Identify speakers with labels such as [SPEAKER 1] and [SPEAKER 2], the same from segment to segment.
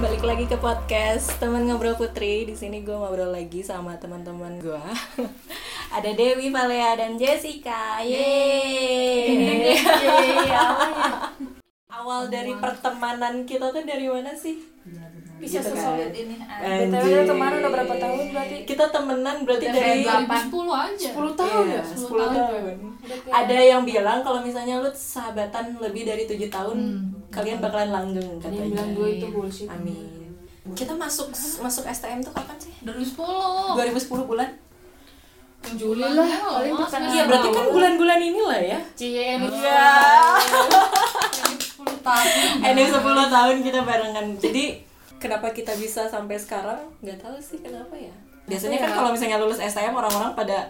[SPEAKER 1] balik lagi ke podcast teman ngobrol putri di sini gue ngobrol lagi sama teman-teman gue ada Dewi Valea dan Jessica yeay
[SPEAKER 2] Iya,
[SPEAKER 1] awal dari pertemanan kita tuh dari mana sih
[SPEAKER 3] bisa
[SPEAKER 1] Gitu kan.
[SPEAKER 3] sesolid ini ah.
[SPEAKER 1] Anjir.
[SPEAKER 2] BTW kemarin udah berapa tahun berarti?
[SPEAKER 1] kita temenan berarti
[SPEAKER 3] Udah
[SPEAKER 1] dari
[SPEAKER 3] hebat.
[SPEAKER 4] 2010 aja
[SPEAKER 2] 10 tahun
[SPEAKER 1] Iya,
[SPEAKER 2] ya?
[SPEAKER 1] 10
[SPEAKER 4] 10 tahun.
[SPEAKER 1] tahun. Ada yang bilang kalau misalnya lu sahabatan lebih dari tujuh tahun,
[SPEAKER 3] Hmm.
[SPEAKER 1] kalian bakalan langgeng
[SPEAKER 2] Ada yang bilang
[SPEAKER 1] katanya.
[SPEAKER 2] gue itu bullshit
[SPEAKER 1] Amin. Kita masuk masuk STM tuh kapan sih?
[SPEAKER 4] 2010
[SPEAKER 1] 2010 bulan?
[SPEAKER 4] Juli
[SPEAKER 2] lah,
[SPEAKER 4] ya,
[SPEAKER 2] paling
[SPEAKER 4] Mas,
[SPEAKER 2] pertengahan.
[SPEAKER 4] ya.
[SPEAKER 1] Iya, berarti kan bulan-bulan inilah ya.
[SPEAKER 2] Cie, ini
[SPEAKER 1] Iya.
[SPEAKER 4] 10 tahun
[SPEAKER 1] Eh, Ini 10 tahun kita barengan. Jadi kenapa kita bisa sampai sekarang? Gak tahu sih kenapa ya. Biasanya kan kalau misalnya lulus STM orang-orang pada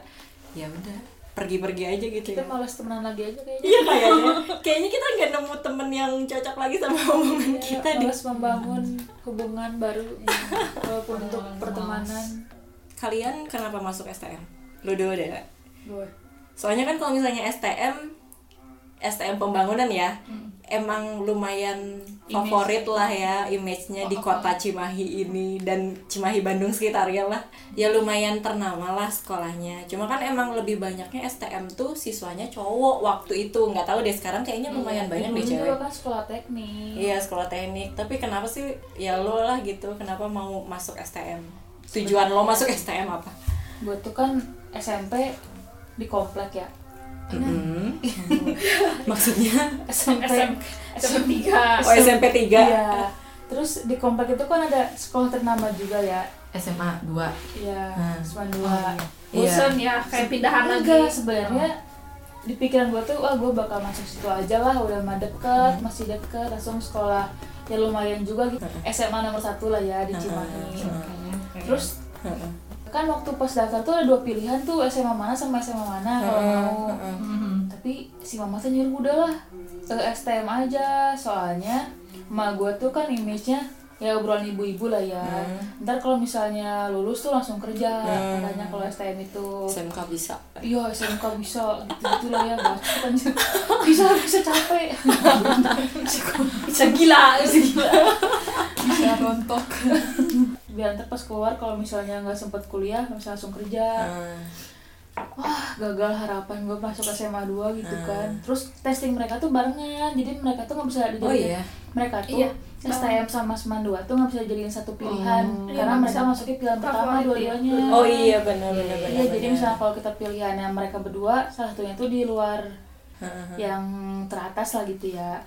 [SPEAKER 1] ya udah pergi-pergi aja gitu
[SPEAKER 2] kita
[SPEAKER 1] ya.
[SPEAKER 2] males temenan lagi aja kayaknya.
[SPEAKER 1] Iya kayaknya. Kayaknya kita nggak nemu temen yang cocok lagi sama omongan kita di
[SPEAKER 2] males membangun hubungan baru walaupun untuk pertemanan.
[SPEAKER 1] kalian kenapa masuk STM? Lu dulu deh. Ra.
[SPEAKER 2] Gue
[SPEAKER 1] Soalnya kan kalau misalnya STM STM pembangunan ya, emang lumayan favorit lah ya image-nya di kota Cimahi ini dan Cimahi Bandung sekitarnya lah.
[SPEAKER 2] Mm.
[SPEAKER 1] Ya lumayan ternama lah sekolahnya. Cuma kan emang lebih banyaknya STM tuh siswanya cowok waktu itu. nggak tahu deh sekarang kayaknya lumayan banyak deh cewek.
[SPEAKER 2] Iya, juga kan sekolah teknik.
[SPEAKER 1] Iya sekolah teknik, tapi kenapa sih ya lo lah gitu, kenapa mau masuk STM? Tujuan lo masuk STM apa?
[SPEAKER 2] Gue tuh kan SMP di komplek ya.
[SPEAKER 1] Mm-mm. Maksudnya
[SPEAKER 2] SMP
[SPEAKER 4] SMP.
[SPEAKER 2] SMP 3.
[SPEAKER 1] oh, SMP 3
[SPEAKER 2] Iya. Terus di komplek itu kan ada sekolah ternama juga ya.
[SPEAKER 4] SMA 2
[SPEAKER 2] Iya,
[SPEAKER 1] Hmm.
[SPEAKER 2] cuma dua.
[SPEAKER 1] Oh, Iya.
[SPEAKER 3] bosan ya kayak pindahan
[SPEAKER 2] Enggak,
[SPEAKER 3] lagi
[SPEAKER 2] sebenarnya di pikiran gue tuh wah gue bakal masuk situ aja lah udah mah deket masih deket langsung sekolah ya lumayan juga gitu SMA nomor satu lah ya di Cimahi terus
[SPEAKER 1] Heeh.
[SPEAKER 2] kan waktu pas daftar tuh ada dua pilihan tuh SMA mana sama SMA mana kalau mau Hmm.
[SPEAKER 1] Heeh.
[SPEAKER 2] tapi si mama tuh nyuruh udah lah ke STM aja soalnya emak gue tuh kan image-nya ya obrolan ibu-ibu lah ya ntar kalau misalnya lulus tuh langsung kerja katanya kalau STM itu
[SPEAKER 1] SMK bisa.
[SPEAKER 2] Iya, SMK bisa gitu lah ya, bacot anjir. Bisa bisa capek.
[SPEAKER 3] segila segila
[SPEAKER 4] Saya rontok
[SPEAKER 2] Biar ntar pas keluar kalau misalnya nggak sempet kuliah, bisa langsung kerja.
[SPEAKER 1] Heeh.
[SPEAKER 2] Wah, gagal harapan gue masuk SMA 2 gitu
[SPEAKER 1] Nah.
[SPEAKER 2] kan. Terus testing mereka tuh barengan, jadi mereka tuh nggak bisa dijadiin.
[SPEAKER 1] Oh iya.
[SPEAKER 2] Mereka tuh
[SPEAKER 3] Iya,
[SPEAKER 2] STM sama SMAN 2 tuh nggak bisa jadiin satu pilihan
[SPEAKER 3] Iya,
[SPEAKER 2] karena
[SPEAKER 3] nggak
[SPEAKER 2] mereka
[SPEAKER 3] bisa.
[SPEAKER 2] masuknya pilihan pertama
[SPEAKER 3] Favorit ya.
[SPEAKER 2] dua-duanya.
[SPEAKER 1] Oh iya benar benar benar.
[SPEAKER 2] Iya, jadi
[SPEAKER 1] benar.
[SPEAKER 2] misalnya kalau kita pilihannya mereka berdua, salah satunya tuh di luar
[SPEAKER 1] Heeh.
[SPEAKER 2] yang teratas lah gitu ya.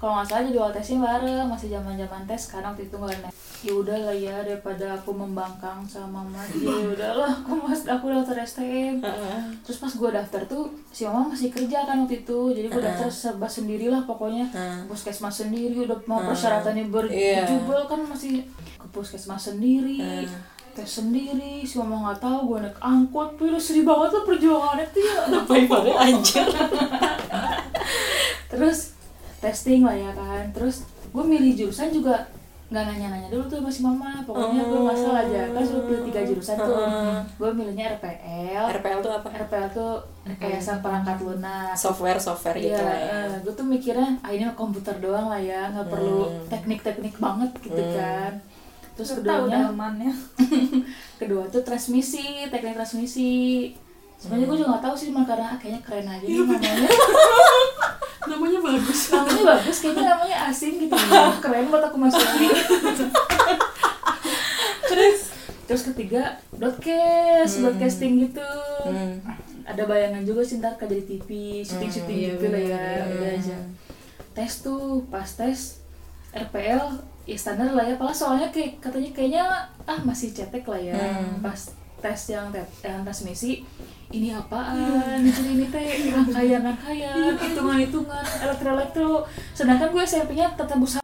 [SPEAKER 2] Kalau nggak salah jadwal tesnya bareng, masih zaman zaman tes karena waktu itu nggak ada. Ya udah lah ya daripada aku membangkang sama mama, ya udahlah aku mas aku daftar STM.
[SPEAKER 1] Heeh.
[SPEAKER 2] Terus pas gue daftar tuh si mama masih kerja kan waktu itu, jadi gue daftar serba sendirilah pokoknya.
[SPEAKER 1] Heeh.
[SPEAKER 2] Puskesmas sendiri udah mau
[SPEAKER 1] Iya.
[SPEAKER 2] persyaratannya berjubel kan masih ke puskesmas sendiri. Tes sendiri, si mama nggak tahu gue naik angkot, tuh udah sedih banget lah perjuangannya tuh ya.
[SPEAKER 1] Lebay banget anjir.
[SPEAKER 2] terus testing lah ya kan terus gue milih jurusan juga nggak nanya-nanya dulu tuh masih mama pokoknya gue masalah aja kan sudah pilih tiga jurusan tuh gue milihnya RPL
[SPEAKER 1] RPL tuh apa?
[SPEAKER 2] RPL tuh rekayasa perangkat lunak
[SPEAKER 1] Software software gitu
[SPEAKER 2] Iya,
[SPEAKER 1] lah ya.
[SPEAKER 2] gue tuh mikirnya ah ini mah komputer doang lah ya nggak perlu
[SPEAKER 1] Hmm.
[SPEAKER 2] teknik-teknik banget gitu kan terus
[SPEAKER 3] tahu
[SPEAKER 2] keduanya
[SPEAKER 3] dalamannya
[SPEAKER 2] kedua tuh transmisi teknik transmisi sebenarnya gue juga nggak tahu sih cuma karena ah, kayaknya keren aja
[SPEAKER 1] Iya,
[SPEAKER 2] nih namanya
[SPEAKER 4] Namanya bagus
[SPEAKER 2] namanya bagus kayaknya namanya asing gitu keren buat aku masukin terus terus ketiga broadcast broadcasting gitu
[SPEAKER 1] Hmm.
[SPEAKER 2] ada bayangan juga sih ntar kerja di TV syuting syuting gitu lah ya udah aja tes tuh pas tes RPL ya standar lah ya Padahal soalnya kayak katanya kayaknya ah masih cetek lah ya pas tes yang te- yang transmisi ini apaan jadi ini teh rangkaian rangkaian hitungan hitungan elektro elektro sedangkan gue SMP-nya tetap busana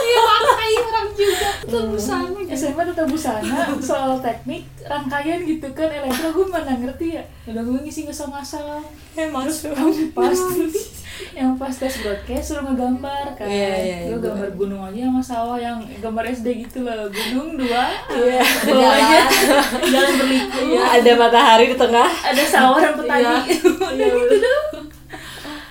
[SPEAKER 4] Iya pakai orang juga Itu
[SPEAKER 2] Hmm.
[SPEAKER 4] busana
[SPEAKER 2] SMA tetap busana soal teknik rangkaian gitu kan elektro gue mana ngerti ya udah gue ngisi ngesel ngasal
[SPEAKER 1] Emang tuh.
[SPEAKER 2] yang pas yang pas tes broadcast suruh ngegambar kan
[SPEAKER 1] Iya, iya, iya,
[SPEAKER 2] gue
[SPEAKER 1] gua-
[SPEAKER 2] gambar gunung aja sama sawah yang gambar SD gitu loh gunung dua
[SPEAKER 1] Iya.
[SPEAKER 2] bawahnya jalan berliku
[SPEAKER 1] Iya, ada matahari di tengah.
[SPEAKER 2] Iya, ada sawah dan petani udah gitu dong iya,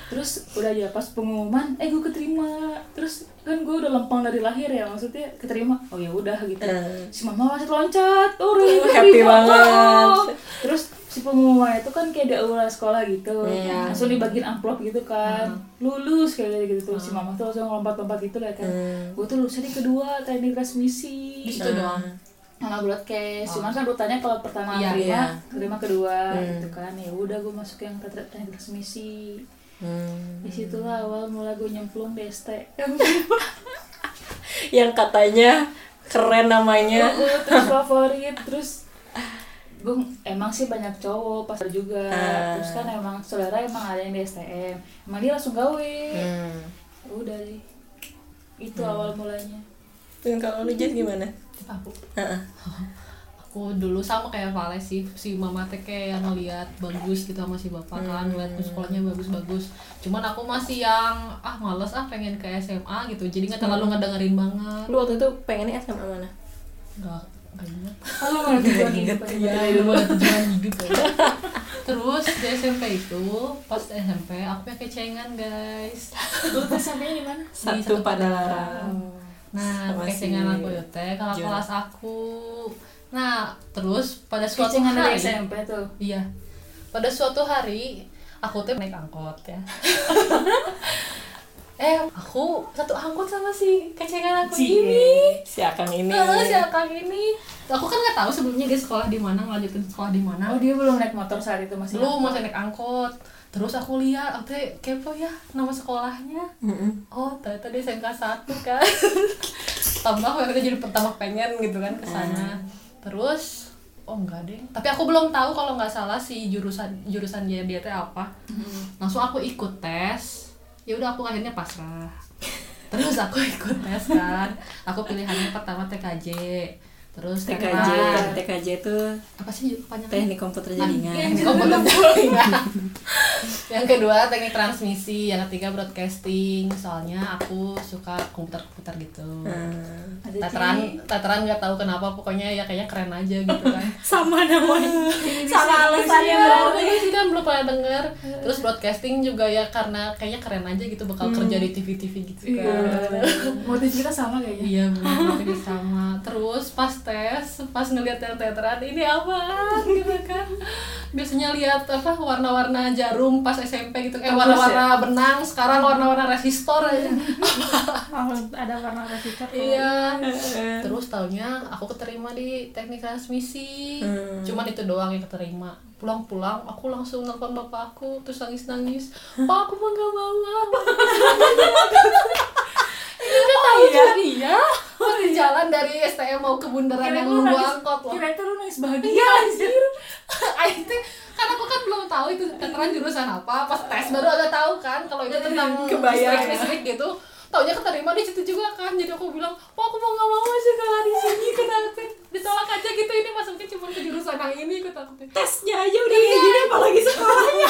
[SPEAKER 2] terus udah aja pas pengumuman eh gue keterima terus kan gue udah lempeng dari lahir ya maksudnya keterima oh ya udah gitu
[SPEAKER 1] Hmm.
[SPEAKER 2] si mama loncat loncat oh Riri keterima,
[SPEAKER 1] Happy banget.
[SPEAKER 2] wow. terus si pengumuman itu kan kayak di aula sekolah gitu
[SPEAKER 1] Iya.
[SPEAKER 2] langsung dibagiin amplop gitu kan lulus kayak gitu tuh si
[SPEAKER 1] Iya.
[SPEAKER 2] mama tuh langsung lompat lompat gitu lah kan
[SPEAKER 1] Hmm.
[SPEAKER 2] gue tuh lulusnya di kedua teknik transmisi
[SPEAKER 4] Di situ doang.
[SPEAKER 2] sama broadcast cuman kan rutanya kalau pertama
[SPEAKER 4] Iya,
[SPEAKER 2] terima
[SPEAKER 1] iya.
[SPEAKER 2] terima kedua
[SPEAKER 1] Hmm.
[SPEAKER 2] gitu kan ya udah gue masuk yang tetra- teknik transmisi
[SPEAKER 1] Hmm.
[SPEAKER 2] disitulah awal mula gue nyemplung di ST
[SPEAKER 1] Yang katanya keren namanya.
[SPEAKER 2] Gua terus favorit terus gue emang sih banyak cowok pas juga
[SPEAKER 1] Ah.
[SPEAKER 2] terus kan emang saudara emang ada yang di STM emang dia langsung gawe
[SPEAKER 1] Hmm.
[SPEAKER 2] udah deh itu awal mulanya
[SPEAKER 1] Dan kalau lu Jess gimana?
[SPEAKER 4] Aku
[SPEAKER 1] Heeh.
[SPEAKER 4] aku dulu sama kayak Vale sih si mama teh kayak ngeliat bagus gitu sama si bapak kan
[SPEAKER 1] Hmm.
[SPEAKER 4] ngeliat sekolahnya bagus-bagus cuman aku masih yang ah males ah pengen ke SMA gitu jadi nggak
[SPEAKER 1] Hmm.
[SPEAKER 4] terlalu ngedengerin banget
[SPEAKER 1] Lu waktu itu pengennya SMA mana?
[SPEAKER 4] nggak nggak ingat
[SPEAKER 2] kalau mau tujuan hidup
[SPEAKER 1] Iya,
[SPEAKER 2] aja.
[SPEAKER 4] Ilmu dan tujuan hidup ya. terus di SMP itu pas SMP aku pakai kecengan guys
[SPEAKER 2] Lu pas sampainya di mana
[SPEAKER 4] Di
[SPEAKER 1] Satu Oh. pada
[SPEAKER 4] Nah,
[SPEAKER 1] Sama
[SPEAKER 4] kecengan
[SPEAKER 1] si
[SPEAKER 4] aku ya teh kalau
[SPEAKER 1] Jo.
[SPEAKER 4] kelas aku. Nah, terus pada suatu
[SPEAKER 2] kecengan dari
[SPEAKER 4] hari,
[SPEAKER 2] SMP tuh
[SPEAKER 4] iya. Pada suatu hari aku teh naik angkot ya. eh, aku satu angkot sama si kecengan aku ini.
[SPEAKER 1] Si Akang ini.
[SPEAKER 4] Heeh, si Akang ini. Aku kan nggak tahu sebelumnya dia sekolah di mana, ngelanjutin sekolah di mana.
[SPEAKER 2] Oh dia belum naik motor saat itu masih
[SPEAKER 4] Lu masih naik angkot. Terus aku lihat, aku teh kepo ya nama sekolahnya.
[SPEAKER 1] Mm-mm.
[SPEAKER 4] oh ternyata dia SMK satu kan tambah akhirnya jadi pertama pengen gitu kan ke sana terus oh enggak deh tapi aku belum tahu kalau nggak salah si jurusan jurusan dia dia teh apa langsung aku ikut tes ya udah aku akhirnya pasrah terus aku ikut tes kan aku pilihannya pertama TKJ terus
[SPEAKER 1] TKJ.
[SPEAKER 4] teknik-
[SPEAKER 1] TKJ itu
[SPEAKER 4] apa sih panjangnya
[SPEAKER 1] teknik komputer jaringan.
[SPEAKER 4] Kok belum pulang? yang kedua teknik transmisi, yang ketiga broadcasting. Soalnya aku suka komputer-komputer gitu.
[SPEAKER 1] Hmm.
[SPEAKER 4] Tataran, tataran nggak tahu kenapa, pokoknya ya kayaknya keren aja gitu kan.
[SPEAKER 1] Sama namanya. Sama alasannya
[SPEAKER 4] Iya,
[SPEAKER 1] berarti.
[SPEAKER 4] sih kan belum pernah denger. Terus broadcasting juga ya karena kayaknya keren aja gitu bakal kerja di TV-TV gitu kan.
[SPEAKER 2] Iya. motif kita sama kayaknya
[SPEAKER 4] Iya benar tapi sama. Terus pas tes, pas ngelihat yang teteran ini apa gitu kan. Biasanya lihat apa warna-warna jarum pas SMP gitu. Eh
[SPEAKER 2] Bagus
[SPEAKER 4] warna-warna benang, sekarang warna-warna resistor aja.
[SPEAKER 3] ada warna resistor
[SPEAKER 4] iya.
[SPEAKER 1] Heeh.
[SPEAKER 4] Terus taunya aku keterima di teknik transmisi.
[SPEAKER 1] Hmm.
[SPEAKER 4] Cuman itu doang yang keterima. Pulang-pulang aku langsung nelfon bapak aku terus nangis-nangis. Pak aku mah gak mau. ah." Ini kan tahu
[SPEAKER 1] iya?
[SPEAKER 4] dia. Pas di jalan dari STM mau ke bundaran yang nunggu angkot loh.
[SPEAKER 2] kira itu lu nangis bahagia
[SPEAKER 4] Iya anjir. Aing teh karena aku kan belum tahu itu keteran jurusan apa, pas tes baru agak tahu kan kalau itu tentang
[SPEAKER 1] Kebayang ya.
[SPEAKER 4] listrik gitu. Taunya keterima di situ juga kan, jadi aku bilang, wah aku mau nggak mau sih kalau di sini kenapa sih? ditolak aja gitu ini masuknya cuma ke jurusan yang ini kata aku teh.
[SPEAKER 1] Tesnya aja udah kayak gini apalagi sekolahnya.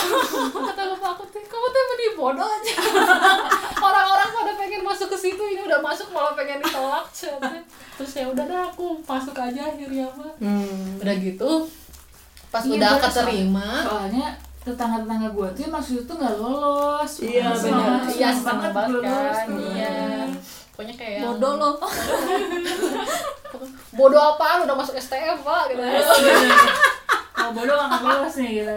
[SPEAKER 4] Kata bapak aku teh, kamu teh mending bodoh aja. Orang-orang pada pengen masuk ke situ ini udah masuk malah pengen ditolak. cia, teh. Terus ya udah dah aku masuk aja akhirnya mah.
[SPEAKER 1] Hmm.
[SPEAKER 4] Udah gitu pas
[SPEAKER 2] Iya,
[SPEAKER 4] udah
[SPEAKER 2] bener,
[SPEAKER 4] keterima
[SPEAKER 2] soalnya tetangga-tetangga gue tuh yang maksudnya tuh nggak lolos
[SPEAKER 1] Iya, benar.
[SPEAKER 2] Semangat- semangat-
[SPEAKER 4] iya
[SPEAKER 2] semangat
[SPEAKER 4] semangat
[SPEAKER 2] banget
[SPEAKER 4] belum
[SPEAKER 2] kan.
[SPEAKER 4] kan
[SPEAKER 2] iya
[SPEAKER 4] iya pokoknya kayak
[SPEAKER 1] Bodoh loh.
[SPEAKER 4] bodoh apaan udah masuk STM pak gitu
[SPEAKER 2] mau bodoh nggak lolos nih gitu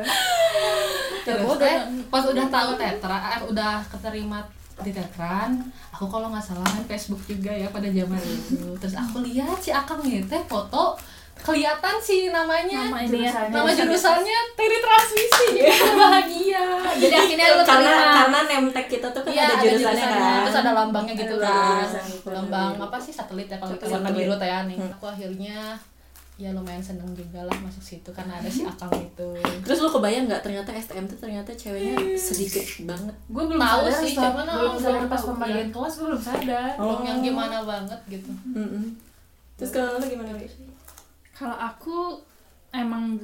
[SPEAKER 4] terus teh, pas udah tahu tetra eh, udah keterima di tetran aku kalau nggak salah main Facebook juga ya pada zaman itu terus aku lihat si akang gitu teh foto kelihatan sih namanya
[SPEAKER 3] Nama ini ya.
[SPEAKER 2] jurusannya
[SPEAKER 4] nama jurusannya teri transmisi bahagia jadi akhirnya lu
[SPEAKER 1] karena
[SPEAKER 4] keterima.
[SPEAKER 1] karena nemtek kita tuh kan
[SPEAKER 4] Iya,
[SPEAKER 1] ada jurusannya kan.
[SPEAKER 4] terus ada lambangnya gitu
[SPEAKER 1] Ada
[SPEAKER 4] kan
[SPEAKER 1] jurusan, ada
[SPEAKER 4] lambang
[SPEAKER 1] biru.
[SPEAKER 4] apa sih satelit ya kalau kita
[SPEAKER 1] Satelit.
[SPEAKER 4] warna biru teh ya nih
[SPEAKER 1] Hmm.
[SPEAKER 4] aku akhirnya ya lumayan seneng juga lah masuk situ karena ada
[SPEAKER 1] Hmm.
[SPEAKER 4] si akang itu
[SPEAKER 1] Terus lu kebayang nggak ternyata STM tuh ternyata ceweknya sedikit banget.
[SPEAKER 2] gue belum
[SPEAKER 4] Tahu
[SPEAKER 2] sadar
[SPEAKER 4] sih,
[SPEAKER 2] Ustaz.
[SPEAKER 4] cuman
[SPEAKER 2] belum
[SPEAKER 4] aku
[SPEAKER 2] sadar pas
[SPEAKER 4] belum tahu, Iya.
[SPEAKER 2] pembagian kelas gue belum sadar
[SPEAKER 4] belum yang
[SPEAKER 1] Oh.
[SPEAKER 4] gimana banget gitu
[SPEAKER 1] Mm-mm. Terus kalau lu gimana? Ri?
[SPEAKER 3] Kalau aku emang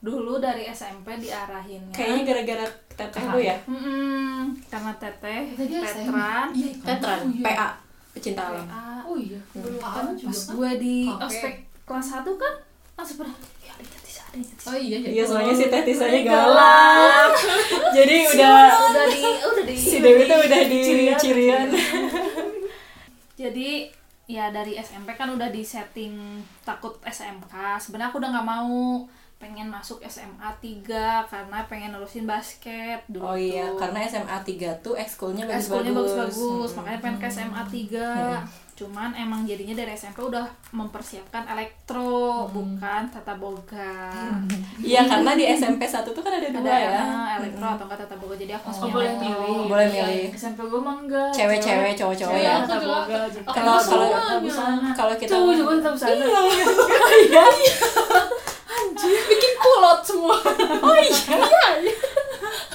[SPEAKER 3] dulu dari SMP diarahinnya.
[SPEAKER 1] Kayaknya gara-gara teteh lu ya?
[SPEAKER 3] Mm-mm, karena teteh,
[SPEAKER 4] Tadi
[SPEAKER 3] tetran,
[SPEAKER 4] iya
[SPEAKER 1] Tetran,
[SPEAKER 3] Oh,
[SPEAKER 1] PA, pecinta alam.
[SPEAKER 3] PA.
[SPEAKER 2] kan? oh iya
[SPEAKER 1] Hmm.
[SPEAKER 4] belum kan
[SPEAKER 3] Pas gue di
[SPEAKER 4] Oke.
[SPEAKER 3] ospek kelas 1 kan langsung pernah ya lihat di sana deh gitu.
[SPEAKER 4] oh iya
[SPEAKER 1] Iya soalnya si Teh Tisanya
[SPEAKER 3] Ini
[SPEAKER 1] galak. Jadi udah
[SPEAKER 3] udah di udah di
[SPEAKER 1] si Dewi tuh udah di
[SPEAKER 3] Cirian.
[SPEAKER 1] cirian.
[SPEAKER 3] jadi ya dari SMP kan udah di setting takut SMK sebenarnya aku udah nggak mau pengen masuk SMA 3 karena pengen nerusin basket
[SPEAKER 1] Oh
[SPEAKER 3] dulu
[SPEAKER 1] iya,
[SPEAKER 3] tuh.
[SPEAKER 1] karena SMA 3 tuh ekskulnya
[SPEAKER 3] Eh, Ekskulnya
[SPEAKER 1] bagus-bagus.
[SPEAKER 3] bagus-bagus,
[SPEAKER 1] Mm.
[SPEAKER 3] makanya pengen ke SMA 3
[SPEAKER 1] Hmm.
[SPEAKER 3] Cuman emang jadinya dari SMP udah mempersiapkan elektro,
[SPEAKER 1] Hmm.
[SPEAKER 3] bukan tata boga
[SPEAKER 1] Iya, karena di SMP 1 tuh kan ada dua
[SPEAKER 3] Ada
[SPEAKER 1] ya.
[SPEAKER 3] eh, elektro atau enggak tata boga, jadi aku
[SPEAKER 1] Oh,
[SPEAKER 4] Iya.
[SPEAKER 3] harus punya
[SPEAKER 2] boleh
[SPEAKER 3] elektro.
[SPEAKER 2] milih. Iya,
[SPEAKER 1] Boleh milih.
[SPEAKER 2] SMP gue mah enggak
[SPEAKER 1] Cewek-cewek, cowok-cowok
[SPEAKER 4] Cewek,
[SPEAKER 1] ya.
[SPEAKER 4] aku juga.
[SPEAKER 1] Kalau kalau
[SPEAKER 2] busana
[SPEAKER 1] kalau kita
[SPEAKER 2] cowok juga tetap sana
[SPEAKER 1] Iya.
[SPEAKER 4] bikin kulot semua Oh, iya.
[SPEAKER 1] Iya.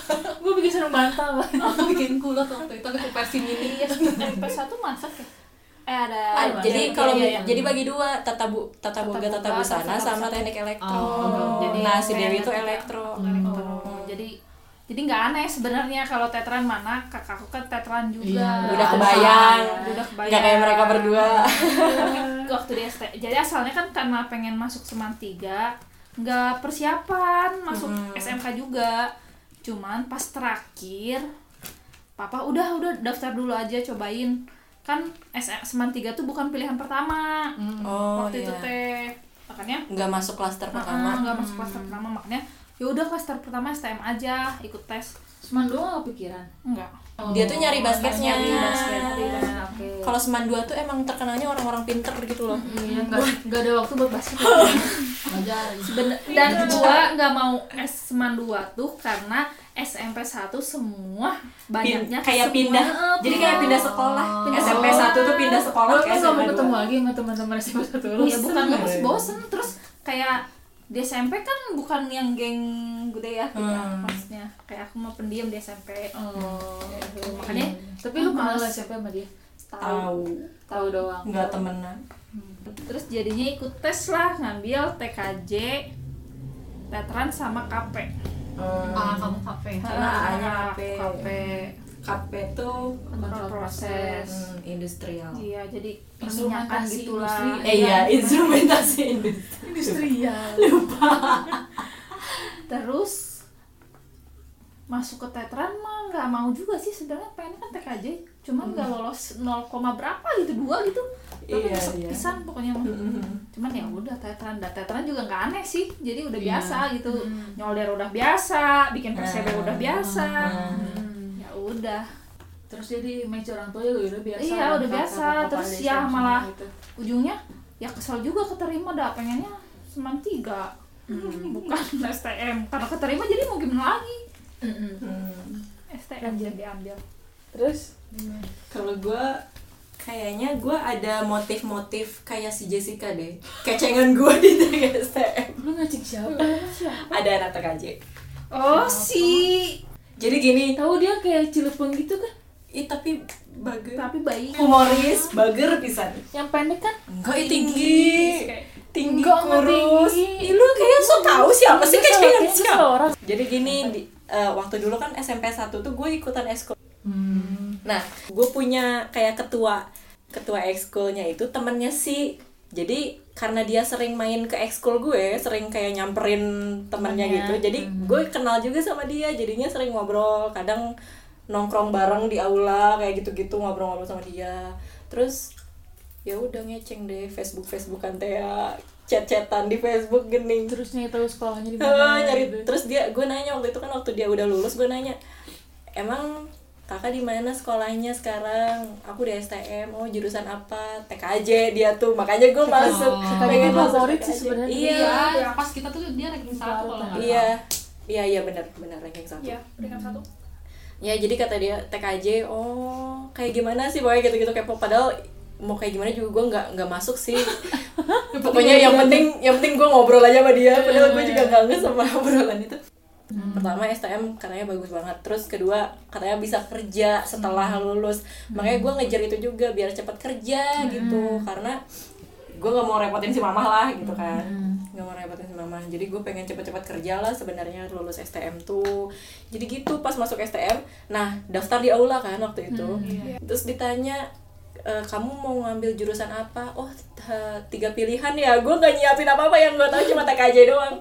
[SPEAKER 2] gue bikin sarung bantal
[SPEAKER 4] aku bikin kulot waktu itu aku versi mini
[SPEAKER 3] Iya,
[SPEAKER 4] ya
[SPEAKER 3] SMP 1 masak ya? Eh ada
[SPEAKER 1] Ah,
[SPEAKER 3] ada-
[SPEAKER 1] jadi
[SPEAKER 3] iya,
[SPEAKER 1] kalau
[SPEAKER 3] iya, iya.
[SPEAKER 1] jadi bagi dua tata bu tata boga tata
[SPEAKER 3] boga,
[SPEAKER 1] busana
[SPEAKER 3] tata
[SPEAKER 1] sama
[SPEAKER 3] busana.
[SPEAKER 1] teknik elektro.
[SPEAKER 4] Oh.
[SPEAKER 1] Jadi
[SPEAKER 3] Jadi
[SPEAKER 1] nah si
[SPEAKER 3] kayak
[SPEAKER 1] Dewi itu
[SPEAKER 3] ada-
[SPEAKER 1] Oh, elektro.
[SPEAKER 3] elektro. Oh, Jadi jadi nggak aneh sebenarnya kalau tetran mana kakakku kan tetran juga.
[SPEAKER 4] Iya.
[SPEAKER 1] Udah kebayang.
[SPEAKER 3] Udah kebayang. Iya.
[SPEAKER 1] Gak kayak mereka berdua.
[SPEAKER 3] Tapi waktu di ST. Jadi asalnya kan karena pengen masuk Seman 3, nggak persiapan masuk SMK juga. Cuman pas terakhir Papa udah udah daftar dulu aja cobain. Kan SM, Seman 3 tuh bukan pilihan pertama.
[SPEAKER 1] Oh
[SPEAKER 3] waktu itu
[SPEAKER 1] iya.
[SPEAKER 3] teh. Makanya
[SPEAKER 1] Nggak masuk klaster
[SPEAKER 3] pertama
[SPEAKER 1] pertama.
[SPEAKER 3] nggak masuk klaster pertama makanya ya udah klaster pertama STM aja ikut tes
[SPEAKER 2] cuman doang gak kepikiran
[SPEAKER 3] enggak
[SPEAKER 1] Dia tuh nyari basketnya.
[SPEAKER 3] Oh, Nyari basket, nyari basket.
[SPEAKER 2] oke
[SPEAKER 1] Kalau Seman 2 tuh emang terkenalnya orang-orang pinter gitu loh.
[SPEAKER 2] Iya, nggak nggak ada waktu buat basket
[SPEAKER 4] aja
[SPEAKER 3] Bener- dan gua nggak mau Sman 2 tuh karena SMP 1 semua
[SPEAKER 1] Pin-
[SPEAKER 3] banyaknya Oh.
[SPEAKER 1] kayak
[SPEAKER 3] semua-
[SPEAKER 1] pindah.
[SPEAKER 3] eh,
[SPEAKER 1] Jadi kayak pindah sekolah.
[SPEAKER 3] Pindah
[SPEAKER 1] SMP
[SPEAKER 3] sekolah.
[SPEAKER 1] 1 tuh pindah sekolah
[SPEAKER 2] Lo
[SPEAKER 1] ke
[SPEAKER 2] kan nggak
[SPEAKER 1] SMA
[SPEAKER 2] mau
[SPEAKER 1] 2.
[SPEAKER 2] ketemu lagi sama teman-teman SMP satu lu
[SPEAKER 3] ya bukan
[SPEAKER 1] gitu
[SPEAKER 3] nggak pasti bosen terus kayak di SMP kan bukan yang geng gede ya kita
[SPEAKER 1] Hmm.
[SPEAKER 3] maksudnya kayak aku mau pendiam di SMP
[SPEAKER 2] oh
[SPEAKER 3] gitu. makanya
[SPEAKER 2] tapi lu kenal
[SPEAKER 3] Males.
[SPEAKER 2] lah siapa sama dia
[SPEAKER 3] tahu
[SPEAKER 1] Tahu,
[SPEAKER 2] tahu doang
[SPEAKER 1] nggak temenan.
[SPEAKER 3] terus jadinya ikut tes lah ngambil TKJ Tetran sama KP
[SPEAKER 1] Hmm.
[SPEAKER 4] ah kamu kafe
[SPEAKER 1] Karena
[SPEAKER 3] Iya,
[SPEAKER 1] A-nya KP.
[SPEAKER 3] KP
[SPEAKER 1] KP tuh
[SPEAKER 3] kontrol proses
[SPEAKER 1] hmm, industrial.
[SPEAKER 3] iya jadi perminyakan
[SPEAKER 2] Instrumentasi
[SPEAKER 3] gitulah
[SPEAKER 2] industri.
[SPEAKER 1] Eh iya, instrumentasi industri.
[SPEAKER 2] industrial
[SPEAKER 3] terus masuk ke tetran mah nggak mau juga sih sebenarnya pengennya kan TKJ
[SPEAKER 1] Hmm.
[SPEAKER 3] cuman nggak lolos 0, berapa gitu dua gitu tapi
[SPEAKER 1] Iya,
[SPEAKER 3] nyesek
[SPEAKER 1] iya. Hmm.
[SPEAKER 3] pisan pokoknya mah. cuman ya udah tetran dan tetran juga nggak aneh sih jadi udah
[SPEAKER 1] Iya.
[SPEAKER 3] biasa gitu nyolder udah biasa bikin persebe
[SPEAKER 1] Ah,
[SPEAKER 3] udah biasa ya udah
[SPEAKER 2] terus jadi match orang tua ya udah biasa
[SPEAKER 3] Iya,
[SPEAKER 2] ada
[SPEAKER 3] udah
[SPEAKER 2] kakak,
[SPEAKER 3] biasa.
[SPEAKER 2] kakak
[SPEAKER 3] Terus
[SPEAKER 2] ada
[SPEAKER 3] ya
[SPEAKER 2] siapa
[SPEAKER 3] malah-
[SPEAKER 2] gitu.
[SPEAKER 3] ujungnya ya kesel juga keterima dah pengennya seman tiga
[SPEAKER 1] Hmm.
[SPEAKER 3] bukan STM karena keterima jadi mau gimana lagi STM jadi ambil
[SPEAKER 2] terus
[SPEAKER 1] Kalau gue kayaknya gue ada motif-motif kayak si Jessica deh. Kecengan gue di TSTM.
[SPEAKER 2] lu ngajak siapa
[SPEAKER 1] Ada anak TKJ.
[SPEAKER 3] oh si
[SPEAKER 1] Jadi gini,
[SPEAKER 2] tahu dia kayak cilepeng gitu kan
[SPEAKER 1] ih tapi bager.
[SPEAKER 3] tapi bayi
[SPEAKER 1] Humoris, bager pisan.
[SPEAKER 2] yang pendek kan
[SPEAKER 1] Enggak, ih tinggi. Tinggi
[SPEAKER 2] Enggak, enggak
[SPEAKER 1] kurus.
[SPEAKER 2] tinggi.
[SPEAKER 1] Ih, lu kayak so tau siapa sih
[SPEAKER 2] Dia
[SPEAKER 1] kecengan
[SPEAKER 2] seorang- dia
[SPEAKER 1] siapa?
[SPEAKER 2] seorang
[SPEAKER 1] Jadi gini, di- eh, waktu dulu kan SMP 1 tuh gue ikutan ekskul. Nah, gue punya kayak ketua ketua ekskulnya itu temennya si. Jadi karena dia sering main ke ekskul gue, sering kayak nyamperin temennya gitu. Jadi gue kenal juga sama dia, jadinya sering ngobrol, kadang nongkrong bareng di aula kayak gitu-gitu ngobrol-ngobrol sama dia. Terus ya udah ngeceng deh Facebook Facebookan teh chat-chatan di Facebook gening
[SPEAKER 2] terusnya tahu sekolahnya di
[SPEAKER 1] Eh,
[SPEAKER 2] mana
[SPEAKER 1] nyari
[SPEAKER 2] gitu.
[SPEAKER 1] terus dia gue nanya waktu itu kan waktu dia udah lulus gue nanya emang kakak di mana sekolahnya sekarang aku di STM oh jurusan apa TKJ dia tuh makanya gue masuk
[SPEAKER 2] TKJ
[SPEAKER 1] pengen masuk
[SPEAKER 2] tuh Oh. favorit
[SPEAKER 1] TKJ.
[SPEAKER 2] sih sebenarnya.
[SPEAKER 1] iya
[SPEAKER 4] iya pas kita tuh dia ranking satu kalau nggak
[SPEAKER 1] iya iya iya benar benar ranking
[SPEAKER 2] Iya.
[SPEAKER 1] satu
[SPEAKER 3] ya peringkat satu
[SPEAKER 1] ya jadi kata dia TKJ oh kayak gimana sih pokoknya gitu-gitu kepo padahal mau kayak gimana juga gue nggak nggak masuk sih pokoknya yang penting yang penting gue ngobrol aja sama dia padahal gue juga nggak nge sama obrolan itu pertama STM katanya bagus banget terus kedua katanya bisa kerja setelah lulus makanya gue ngejar itu juga biar cepat kerja gitu karena gue nggak mau repotin si mamah lah gitu kan nggak mau repotin si mamah jadi gue pengen cepet-cepet kerja lah sebenarnya lulus STM tuh jadi gitu pas masuk STM nah daftar di aula kan waktu itu terus ditanya "Eh, kamu mau ngambil jurusan apa oh t- tiga pilihan ya gue nggak nyiapin apa apa yang gue tahu cuma TKJ doang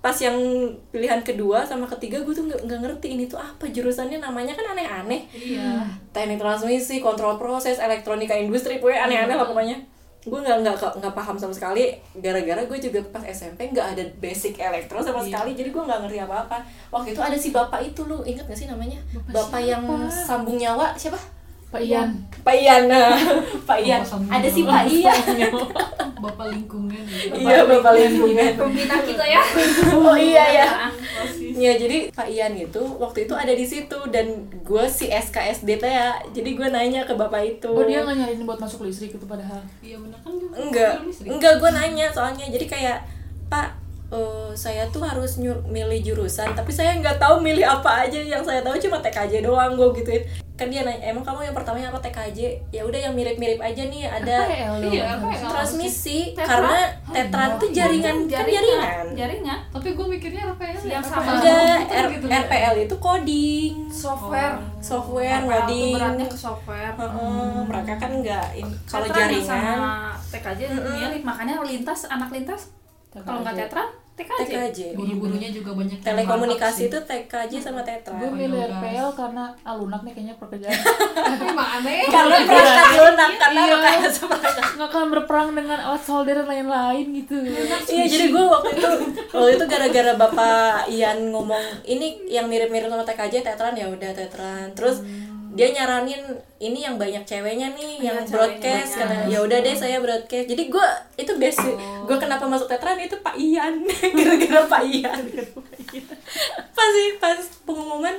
[SPEAKER 1] pas yang pilihan kedua sama ketiga gue tuh nggak nggak ngerti ini tuh apa jurusannya namanya kan aneh-aneh
[SPEAKER 4] iya
[SPEAKER 1] teknik transmisi, kontrol proses, elektronika industri, pokoknya aneh-aneh lah pokoknya. Gue nggak nggak nggak paham sama sekali. Gara-gara gue juga pas SMP nggak ada basic elektro sama sekali, jadi gue nggak ngerti apa-apa. Waktu itu ada si bapak itu lu inget gak sih namanya? Bapak, yang sambung nyawa siapa?
[SPEAKER 2] Pak Ian
[SPEAKER 1] Pak Ian, nah. Pak Ian.
[SPEAKER 4] sambung
[SPEAKER 1] Ada si
[SPEAKER 4] nyawa.
[SPEAKER 1] Pak Ian.
[SPEAKER 4] gitu bapak lingkungan gitu.
[SPEAKER 1] Iya, bapak lingkungan.
[SPEAKER 3] Pembina kita ya.
[SPEAKER 1] Oh iya ya. Ya jadi Pak Ian itu waktu itu ada di situ dan gue si SKSDT ya. Jadi gue nanya ke bapak itu.
[SPEAKER 2] Oh dia nggak nyariin buat masuk listrik itu padahal
[SPEAKER 4] iya bener kan
[SPEAKER 1] enggak
[SPEAKER 4] Film listrik.
[SPEAKER 1] enggak gue nanya soalnya jadi kayak pak eh, saya tuh harus nyur- milih jurusan tapi saya nggak tahu milih apa aja yang saya tahu cuma TKJ doang gue gituin kan dia nanya emang kamu yang pertamanya apa TKJ ya udah yang mirip-mirip aja nih ada
[SPEAKER 2] PL dong.
[SPEAKER 4] iya apa yang
[SPEAKER 1] transmisi
[SPEAKER 3] ya, Tetra? Oh, iya.
[SPEAKER 1] karena tetra tuh jaringan kan jaringan
[SPEAKER 3] Jaringan. Oh, gitu
[SPEAKER 4] tapi gue mikirnya RPL
[SPEAKER 3] Yang
[SPEAKER 4] apa
[SPEAKER 3] sama.
[SPEAKER 4] ya?
[SPEAKER 1] enggak
[SPEAKER 4] Komputer
[SPEAKER 1] R- RPL itu coding
[SPEAKER 3] Software.
[SPEAKER 1] software
[SPEAKER 3] Apa tuh
[SPEAKER 1] coding
[SPEAKER 3] beratnya ke software.
[SPEAKER 1] Heeh, mereka kan enggak in- kalau
[SPEAKER 3] Tetran yang
[SPEAKER 1] jaringan
[SPEAKER 3] sama TKJ mirip makanya lintas anak lintas kalau nggak tetra TKJ.
[SPEAKER 1] TKJ
[SPEAKER 4] guru-gurunya juga banyak yang
[SPEAKER 1] telekomunikasi
[SPEAKER 4] mantap
[SPEAKER 1] itu TKJ sama tetra
[SPEAKER 2] Gue milih RPL karena alunak nih kayaknya pekerjaan
[SPEAKER 4] sih. tapi emang aneh
[SPEAKER 1] karena perangkat lunak karena lu kayak
[SPEAKER 2] nggak akan berperang dengan alat solder dan lain-lain gitu
[SPEAKER 1] iya jadi gue waktu itu waktu itu gara-gara bapak Ian ngomong ini yang mirip-mirip sama TKJ tetran ya udah tetran terus dia nyaranin ini yang banyak ceweknya nih yang
[SPEAKER 3] ceweknya
[SPEAKER 1] broadcast
[SPEAKER 3] banyak.
[SPEAKER 1] karena ya udah deh saya broadcast jadi gue itu basic gue kenapa masuk tetran itu Pak Ian gara-gara Pak Ian pas sih pas pengumuman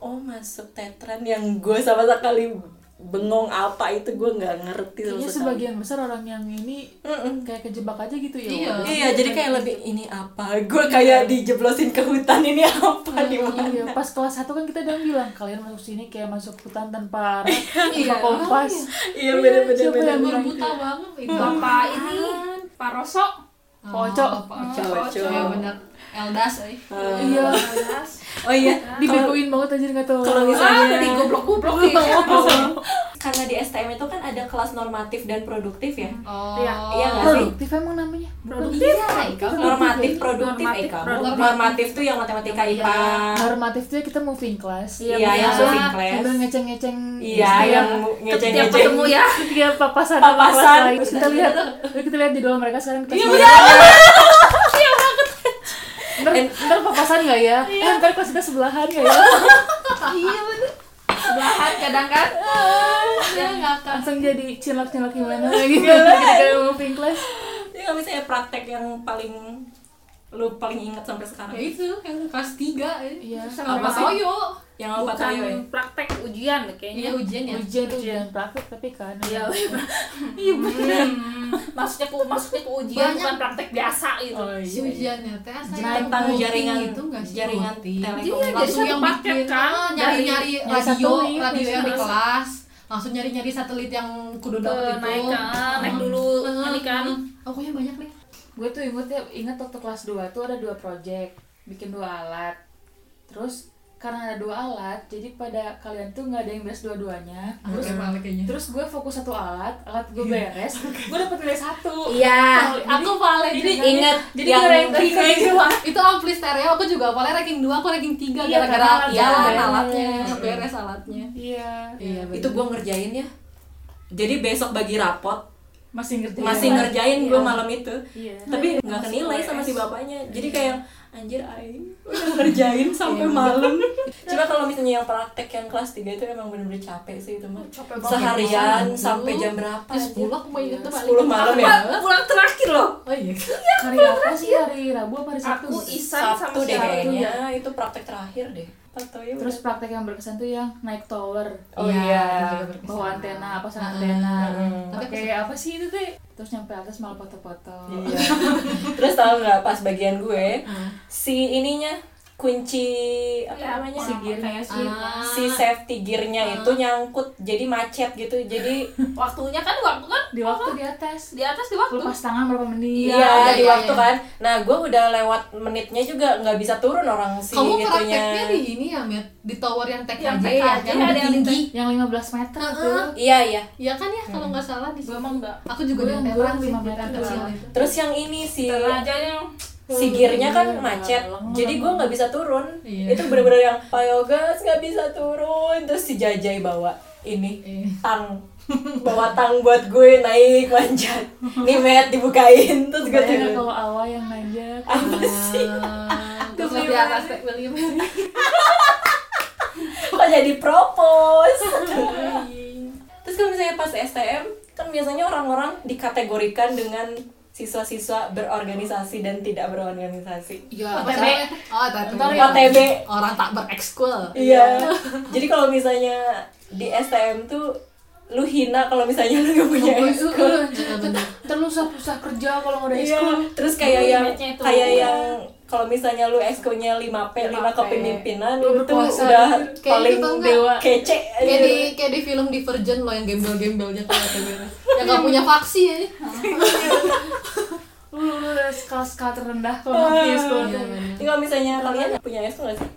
[SPEAKER 1] oh masuk tetran yang gue sama sekali bengong apa itu gue nggak ngerti sama
[SPEAKER 2] Kayaknya
[SPEAKER 1] sekali.
[SPEAKER 2] Iya, sebagian besar orang yang ini
[SPEAKER 1] Mm-mm.
[SPEAKER 2] kayak kejebak aja gitu ya
[SPEAKER 4] Iya.
[SPEAKER 2] waduh.
[SPEAKER 1] Iya, jadi kayak lebih ini apa? Gue kayak dijeblosin ke hutan ini apa di mana?
[SPEAKER 2] Iya, pas kelas 1 kan kita udah bilang kalian masuk sini kayak masuk hutan tanpa arah,
[SPEAKER 4] Iya.
[SPEAKER 2] tanpa kompas.
[SPEAKER 1] Oh, Iya bener-bener
[SPEAKER 2] siapa yang
[SPEAKER 1] bener.
[SPEAKER 4] Guru buta banget itu
[SPEAKER 3] Bapak ini Pak Roso.
[SPEAKER 2] Kocok.
[SPEAKER 4] kocok
[SPEAKER 1] Kocok.
[SPEAKER 4] ya benar Eldas eh
[SPEAKER 2] Iya,
[SPEAKER 1] Ah. Oh iya, kalau
[SPEAKER 2] dibegoin banget aja nggak tahu.
[SPEAKER 1] kalau
[SPEAKER 3] Ah,
[SPEAKER 1] misalnya
[SPEAKER 3] tadi goblok-goblok ya.
[SPEAKER 1] karena di STM itu kan ada kelas normatif dan produktif ya.
[SPEAKER 4] oh
[SPEAKER 3] Iya,
[SPEAKER 4] Iya,
[SPEAKER 1] iya nggak?
[SPEAKER 2] produktif emang namanya.
[SPEAKER 3] Produktif.
[SPEAKER 1] Normatif, produktif,
[SPEAKER 3] Normatif,
[SPEAKER 1] eh kamu.
[SPEAKER 3] produktif.
[SPEAKER 1] Normatif tuh yang matematika IPA.
[SPEAKER 2] Iya. Normatif tuh kita moving class.
[SPEAKER 1] Iya, yang moving class.
[SPEAKER 2] Sambil ngeceng-ngeceng.
[SPEAKER 1] Iya, yang
[SPEAKER 3] Tiap
[SPEAKER 1] ngeceng-ngeceng.
[SPEAKER 3] ketemu ya.
[SPEAKER 2] Iya, papasan.
[SPEAKER 1] Papasan.
[SPEAKER 2] lain. Terus kita lihat, terus kita lihat jadwal mereka sekarang. Kita iya, Ntar, ntar papasan nggak ya? Eh, ntar kelas kita sebelahan nggak ya?
[SPEAKER 3] Iya bener. Sebelahan kadang kan.
[SPEAKER 4] iya nggak kan
[SPEAKER 2] Langsung jadi cilak-cilak gimana kayak gitu. Kayak moving class.
[SPEAKER 1] Jadi kalau Iya, misalnya praktek yang paling lu paling ingat sampai sekarang.
[SPEAKER 4] ya itu yang kelas tiga eh.
[SPEAKER 2] Iya.
[SPEAKER 4] apa
[SPEAKER 1] sih?
[SPEAKER 4] toyo
[SPEAKER 1] Yang apa
[SPEAKER 3] Bukan
[SPEAKER 1] tayo ya?
[SPEAKER 3] praktek ujian kayaknya.
[SPEAKER 4] iya ujian ya
[SPEAKER 2] Ujian tuh ujian praktik tapi kan.
[SPEAKER 3] Iya, iya bener. Maksudnya ke maksudnya ke ujian
[SPEAKER 4] Banyak.
[SPEAKER 3] bukan praktek biasa gitu.
[SPEAKER 2] Oh,
[SPEAKER 4] si
[SPEAKER 2] iya.
[SPEAKER 4] ujiannya teh asal
[SPEAKER 1] Tentang
[SPEAKER 4] yang
[SPEAKER 1] jaringan
[SPEAKER 4] itu gitu nggak sih
[SPEAKER 1] jaringan
[SPEAKER 4] Rutin.
[SPEAKER 1] tele-
[SPEAKER 3] Iya, jadi
[SPEAKER 4] langsung
[SPEAKER 3] satu
[SPEAKER 4] yang
[SPEAKER 3] paket
[SPEAKER 4] bikin
[SPEAKER 3] kan.
[SPEAKER 4] ah, nyari-nyari
[SPEAKER 3] dari-
[SPEAKER 2] dari
[SPEAKER 4] radio
[SPEAKER 2] satelit,
[SPEAKER 4] radio yang di
[SPEAKER 3] ya.
[SPEAKER 2] dari-
[SPEAKER 4] kelas langsung nyari-nyari satelit yang kudu dapet itu
[SPEAKER 3] naik kan, naik dulu ini kan.
[SPEAKER 4] aku yang ya banyak nih
[SPEAKER 2] gue tuh inget ya inget waktu kelas 2 tuh ada dua project bikin dua alat terus karena ada dua alat jadi pada kalian tuh nggak ada yang beres dua-duanya
[SPEAKER 4] aku yang balik kayaknya
[SPEAKER 2] terus gue fokus satu alat alat gue beres gue dapet nilai satu
[SPEAKER 1] Iya.
[SPEAKER 4] aku paling juga.
[SPEAKER 1] Ingat
[SPEAKER 2] jadi gue ranking kedua
[SPEAKER 4] itu ampli stereo aku juga paling ranking 2 aku ranking 3
[SPEAKER 2] Iya,
[SPEAKER 4] gara-gara
[SPEAKER 2] karena
[SPEAKER 4] iya
[SPEAKER 2] jalan.
[SPEAKER 4] alatnya beres alatnya
[SPEAKER 2] iya
[SPEAKER 4] iya
[SPEAKER 1] itu gue ngerjain ya jadi besok bagi rapot
[SPEAKER 2] masih ngerti ya?
[SPEAKER 1] masih ngerjain gue malam itu
[SPEAKER 3] Iya.
[SPEAKER 1] tapi nggak kenilai sama si bapaknya jadi kayak anjir aing udah ngerjain sampai malam coba kalau misalnya yang praktek yang kelas 3 itu emang bener-bener capek sih itu mah
[SPEAKER 3] Capek banget.
[SPEAKER 1] seharian sampai jam berapa
[SPEAKER 4] Jam 10 aku mau inget tuh balik.
[SPEAKER 1] sepuluh malam ya
[SPEAKER 3] Aku pulang terakhir loh.
[SPEAKER 4] oh iya
[SPEAKER 2] hari apa sih hari rabu apa hari sabtu
[SPEAKER 3] Aku Isan sama ya.
[SPEAKER 1] Sabtu
[SPEAKER 3] si
[SPEAKER 1] deh
[SPEAKER 3] Arul.
[SPEAKER 1] kayaknya itu praktek terakhir deh Atau ya
[SPEAKER 2] terus
[SPEAKER 1] udah.
[SPEAKER 2] praktek yang berkesan tuh yang naik tower
[SPEAKER 1] oh iya
[SPEAKER 4] juga berkesan.
[SPEAKER 2] bawa antena apa
[SPEAKER 4] Ah,
[SPEAKER 2] sama antena
[SPEAKER 4] Tapi
[SPEAKER 2] pakai apa sih itu teh terus nyampe atas malah foto-foto
[SPEAKER 1] Iya. terus tau nggak pas bagian gue si ininya kunci apa
[SPEAKER 3] Ya,
[SPEAKER 1] namanya
[SPEAKER 3] si
[SPEAKER 1] si
[SPEAKER 3] gear kayak si
[SPEAKER 4] Ah.
[SPEAKER 1] si safety gearnya itu nyangkut jadi macet gitu jadi
[SPEAKER 3] waktunya kan waktu kan
[SPEAKER 2] di waktu di atas
[SPEAKER 3] di atas di waktu
[SPEAKER 2] lepas tangan berapa
[SPEAKER 1] iya
[SPEAKER 2] menit
[SPEAKER 4] iya,
[SPEAKER 1] di
[SPEAKER 4] iya,
[SPEAKER 1] waktu
[SPEAKER 4] iya.
[SPEAKER 1] kan nah gue udah lewat menitnya juga nggak bisa turun orang si
[SPEAKER 4] Kamu prakteknya
[SPEAKER 1] itunya
[SPEAKER 4] di ini ya, Mit? Di tower yang TKJ,
[SPEAKER 3] Yang
[SPEAKER 4] ya,
[SPEAKER 3] TKJ,
[SPEAKER 4] yang
[SPEAKER 3] ada yang
[SPEAKER 4] tinggi.
[SPEAKER 2] yang 15 meter tuh
[SPEAKER 1] iya iya
[SPEAKER 4] Iya kan ya, kalau nggak salah di
[SPEAKER 3] gue
[SPEAKER 4] situ.
[SPEAKER 3] emang enggak
[SPEAKER 4] Aku juga
[SPEAKER 2] Gue
[SPEAKER 4] di
[SPEAKER 2] yang
[SPEAKER 4] Tangerang
[SPEAKER 2] kurang
[SPEAKER 4] sih,
[SPEAKER 2] lima
[SPEAKER 4] di
[SPEAKER 2] meter.
[SPEAKER 4] kecil itu.
[SPEAKER 1] terus yang ini si
[SPEAKER 3] aja yang
[SPEAKER 1] si gearnya kan macet jadi gue nggak bisa turun
[SPEAKER 4] Iya.
[SPEAKER 1] itu bener-bener yang Pak Yogas nggak bisa turun terus si Jajai bawa ini
[SPEAKER 4] Iya.
[SPEAKER 1] tang bawa tang buat gue naik manjat nih met dibukain terus gue
[SPEAKER 2] Bayangin
[SPEAKER 1] turun
[SPEAKER 2] kalau awal yang nanjak
[SPEAKER 1] apa sih
[SPEAKER 4] Ah, Terus
[SPEAKER 1] William
[SPEAKER 4] di atas Teh William.
[SPEAKER 1] kok jadi propose terus kalau misalnya pas STM kan biasanya orang-orang dikategorikan dengan siswa-siswa berorganisasi dan tidak berorganisasi
[SPEAKER 4] Iya,
[SPEAKER 3] OTB.
[SPEAKER 4] masalah- Oh, OTB.
[SPEAKER 1] Ntar ya, OTB.
[SPEAKER 4] Orang tak berekskul.
[SPEAKER 1] iya jadi kalau misalnya di STM tuh lu hina kalau misalnya lu gak punya ekskul
[SPEAKER 2] terus susah kerja kalau nggak ada
[SPEAKER 1] Iya.
[SPEAKER 2] ekskul
[SPEAKER 1] terus kayak
[SPEAKER 3] Dulu
[SPEAKER 1] yang
[SPEAKER 3] image-nya itu.
[SPEAKER 1] kayak yang kalau misalnya lu eskonya 5P, 5
[SPEAKER 3] 5P.
[SPEAKER 1] kepemimpinan
[SPEAKER 2] Lu
[SPEAKER 1] lu tuh
[SPEAKER 2] berkuasa.
[SPEAKER 1] udah
[SPEAKER 4] Kayak
[SPEAKER 1] paling
[SPEAKER 4] itu tau nggak?
[SPEAKER 1] dewa kece iya.
[SPEAKER 4] Kayak di, kayak di film Divergent loh yang gembel-gembelnya kalau OTB. Yang nggak punya vaksin ya.
[SPEAKER 2] lu lu udah skala-skala terendah kalau nggak punya ekskul
[SPEAKER 4] Iya, bener.
[SPEAKER 1] Jadi kalau misalnya kalian punya esko nggak sih?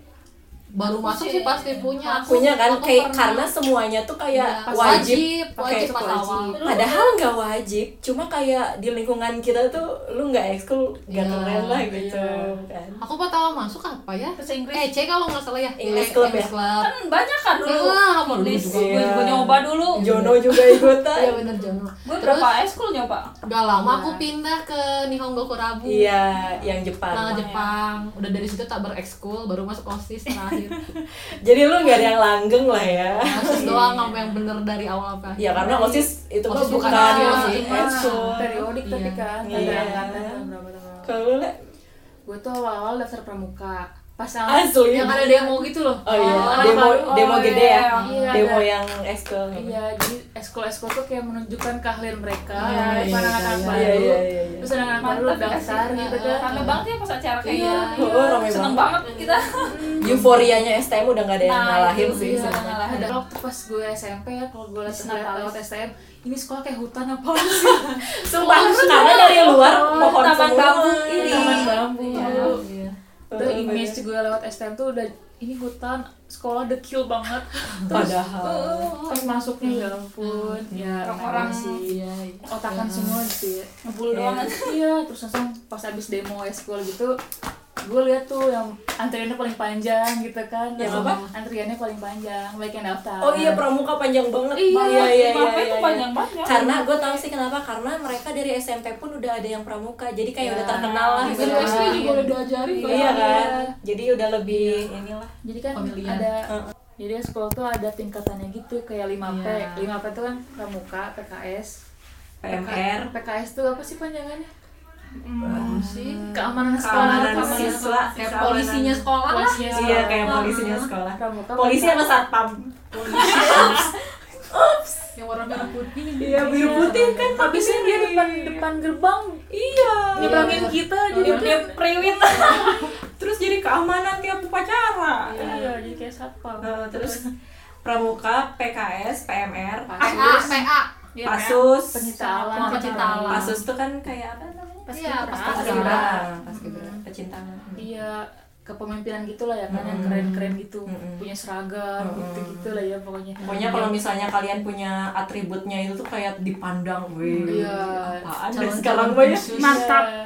[SPEAKER 4] Baru masuk sih pasti punya. Aku-
[SPEAKER 1] Punya kan
[SPEAKER 4] aku
[SPEAKER 1] kayak
[SPEAKER 4] pernah.
[SPEAKER 1] karena semuanya tuh kayak
[SPEAKER 4] Iya,
[SPEAKER 1] wajib
[SPEAKER 4] wajib, wajib
[SPEAKER 1] Oke,
[SPEAKER 4] pas
[SPEAKER 1] wajib.
[SPEAKER 4] awal.
[SPEAKER 1] Padahal nggak wajib, cuma kayak di lingkungan kita tuh lu nggak ekskul gak
[SPEAKER 4] Iya,
[SPEAKER 1] keren lah gitu kan.
[SPEAKER 4] Aku pertama masuk apa ya?
[SPEAKER 3] bahasa Inggris
[SPEAKER 4] Eh, C kalau nggak salah ya.
[SPEAKER 1] English
[SPEAKER 4] Eh,
[SPEAKER 1] Club ya?
[SPEAKER 4] English Club.
[SPEAKER 3] kan banyak kan dulu
[SPEAKER 4] Iya, apa dulu
[SPEAKER 3] Inggris
[SPEAKER 4] juga.
[SPEAKER 3] gue juga
[SPEAKER 1] Iya.
[SPEAKER 3] nyoba dulu
[SPEAKER 1] Jono juga ikutan.
[SPEAKER 4] Iya bener Jono.
[SPEAKER 3] gue
[SPEAKER 4] Terus
[SPEAKER 3] berapa eskul nyoba
[SPEAKER 4] udah lama aku pindah ke Nihongo Kurabu.
[SPEAKER 1] Iya, yang
[SPEAKER 4] Nah,
[SPEAKER 1] Jepang.
[SPEAKER 4] Jepang. Udah dari situ tak berekskul, baru masuk OSIS terakhir.
[SPEAKER 1] Jadi lu nggak ada yang langgeng lah ya.
[SPEAKER 4] OSIS doang sama yang bener dari awal apa akhir.
[SPEAKER 1] Ya karena OSIS itu kan
[SPEAKER 4] OSIS bukan
[SPEAKER 1] bukan
[SPEAKER 4] ekskul sih.
[SPEAKER 2] Ah,
[SPEAKER 1] ekskul.
[SPEAKER 2] Iya, periodik tapi
[SPEAKER 4] Iya.
[SPEAKER 2] kan
[SPEAKER 1] Iya.
[SPEAKER 2] tantangan berapa tantangan
[SPEAKER 1] Kalau lu Le?
[SPEAKER 2] gue tuh awal-awal daftar pramuka pas
[SPEAKER 1] Ah, Asli.
[SPEAKER 2] yang ada demo gitu loh
[SPEAKER 1] Oh iya,
[SPEAKER 4] Oh,
[SPEAKER 1] demo
[SPEAKER 2] baru-
[SPEAKER 1] demo
[SPEAKER 3] oh
[SPEAKER 1] gede ya.
[SPEAKER 2] iya.
[SPEAKER 1] Demo
[SPEAKER 2] Iya,
[SPEAKER 1] yang ekskul.
[SPEAKER 2] iya jadi eskul-eskul tuh kayak menunjukkan keahlian mereka
[SPEAKER 4] Iya,
[SPEAKER 2] dari
[SPEAKER 4] iya,
[SPEAKER 2] anak-anak
[SPEAKER 4] iya,
[SPEAKER 2] baru
[SPEAKER 1] Iya, iya, iya. iya.
[SPEAKER 2] terus anak-anak baru
[SPEAKER 3] Mantap ya,
[SPEAKER 2] daftar
[SPEAKER 4] sih.
[SPEAKER 2] gitu kan
[SPEAKER 3] rame banget ya pas acara kayak
[SPEAKER 4] Iya.
[SPEAKER 3] gitu
[SPEAKER 1] Oh, rame
[SPEAKER 3] seneng
[SPEAKER 1] banget.
[SPEAKER 3] banget kita
[SPEAKER 1] Euforianya STM udah nggak ada yang
[SPEAKER 3] Nah,
[SPEAKER 1] ngalahin
[SPEAKER 3] itu
[SPEAKER 1] sih.
[SPEAKER 3] iya.
[SPEAKER 1] sebenarnya.
[SPEAKER 3] Ngalahin.
[SPEAKER 2] ada waktu pas gue SMP ya kalau gue lihat
[SPEAKER 3] Natalis.
[SPEAKER 2] lewat STM ini sekolah kayak hutan apa sih
[SPEAKER 1] Sumpah, karena dari luar pohon
[SPEAKER 3] taman
[SPEAKER 1] semua.
[SPEAKER 3] bambu ini
[SPEAKER 2] taman bambu
[SPEAKER 3] Iya.
[SPEAKER 4] Iya.
[SPEAKER 2] Terus image gue lewat STM tuh udah ini hutan sekolah dekil banget
[SPEAKER 1] Padahal.
[SPEAKER 2] pas masuknya ya ampun ya
[SPEAKER 3] Orang-orang
[SPEAKER 2] memang sih
[SPEAKER 4] Iya.
[SPEAKER 2] otakan semua gitu ya
[SPEAKER 3] ngebul doang kan.
[SPEAKER 2] iya terus langsung pas abis demo eskul gitu gue lihat tuh yang antriannya paling panjang gitu kan
[SPEAKER 1] Yang
[SPEAKER 2] Terus
[SPEAKER 1] apa?
[SPEAKER 2] antriannya paling panjang baik yang daftar
[SPEAKER 1] Oh iya pramuka panjang banget.
[SPEAKER 3] Iya,
[SPEAKER 1] iya iya iya.
[SPEAKER 3] apa itu
[SPEAKER 1] iya.
[SPEAKER 3] panjang banget.
[SPEAKER 1] Karena gue tau sih kenapa karena mereka dari SMP pun udah ada yang pramuka, jadi kayak udah terkenal
[SPEAKER 2] Iya.
[SPEAKER 1] lah.
[SPEAKER 4] Di
[SPEAKER 1] gitu.
[SPEAKER 4] SD juga udah diajarin
[SPEAKER 1] Iya,
[SPEAKER 4] kan.
[SPEAKER 1] kan. Iya. Jadi udah lebih inilah.
[SPEAKER 2] jadi kan
[SPEAKER 4] Pemilihan.
[SPEAKER 2] ada
[SPEAKER 1] Heeh.
[SPEAKER 2] jadi sekolah tuh ada tingkatannya gitu kayak 5P
[SPEAKER 4] Iya.
[SPEAKER 2] 5P tuh kan pramuka PKS
[SPEAKER 1] PMR.
[SPEAKER 2] PKS tuh apa sih panjangannya
[SPEAKER 4] Bagus sih.
[SPEAKER 2] keamanan sekolah
[SPEAKER 1] Keamanan
[SPEAKER 2] keamanan
[SPEAKER 1] siswa,
[SPEAKER 4] Kayak polisinya sekolah lah.
[SPEAKER 2] Polisinya
[SPEAKER 1] Iya,
[SPEAKER 2] sekolah.
[SPEAKER 1] kayak polisinya sekolah.
[SPEAKER 2] Pramuka
[SPEAKER 1] Polisi
[SPEAKER 2] mereka-
[SPEAKER 1] sama satpam.
[SPEAKER 4] Yang warna merah putih.
[SPEAKER 1] Iya, biru putih kan.
[SPEAKER 2] habisnya dia depan depan gerbang
[SPEAKER 1] Iya.
[SPEAKER 2] nyebrangin kita jadi
[SPEAKER 1] Dia dia priwit. Terus jadi keamanan tiap upacara.
[SPEAKER 2] iya jadi kayak satpam
[SPEAKER 1] Eh, terus pramuka, PKS, PMR,
[SPEAKER 4] PA, PA.
[SPEAKER 1] Iya kan? Pasus.
[SPEAKER 2] penyita alam
[SPEAKER 4] Penyita alam.
[SPEAKER 1] Pasus tuh kan kayak apa namanya?
[SPEAKER 4] Iya, pas
[SPEAKER 1] Paskibra, paskibra, pecintaan.
[SPEAKER 2] iya kepemimpinan gitulah ya kan yang keren-keren gitu
[SPEAKER 1] Mm-mm.
[SPEAKER 2] punya seragam gitu gitu lah ya pokoknya
[SPEAKER 1] Pokoknya kalau misalnya kalian punya atributnya itu tuh kayak dipandang, wih,
[SPEAKER 2] Iya.
[SPEAKER 1] apaan deh
[SPEAKER 4] Calon-calon
[SPEAKER 1] sekarang ya?" Nah, banyak.
[SPEAKER 4] khusus.
[SPEAKER 3] Mantap.
[SPEAKER 2] Iya.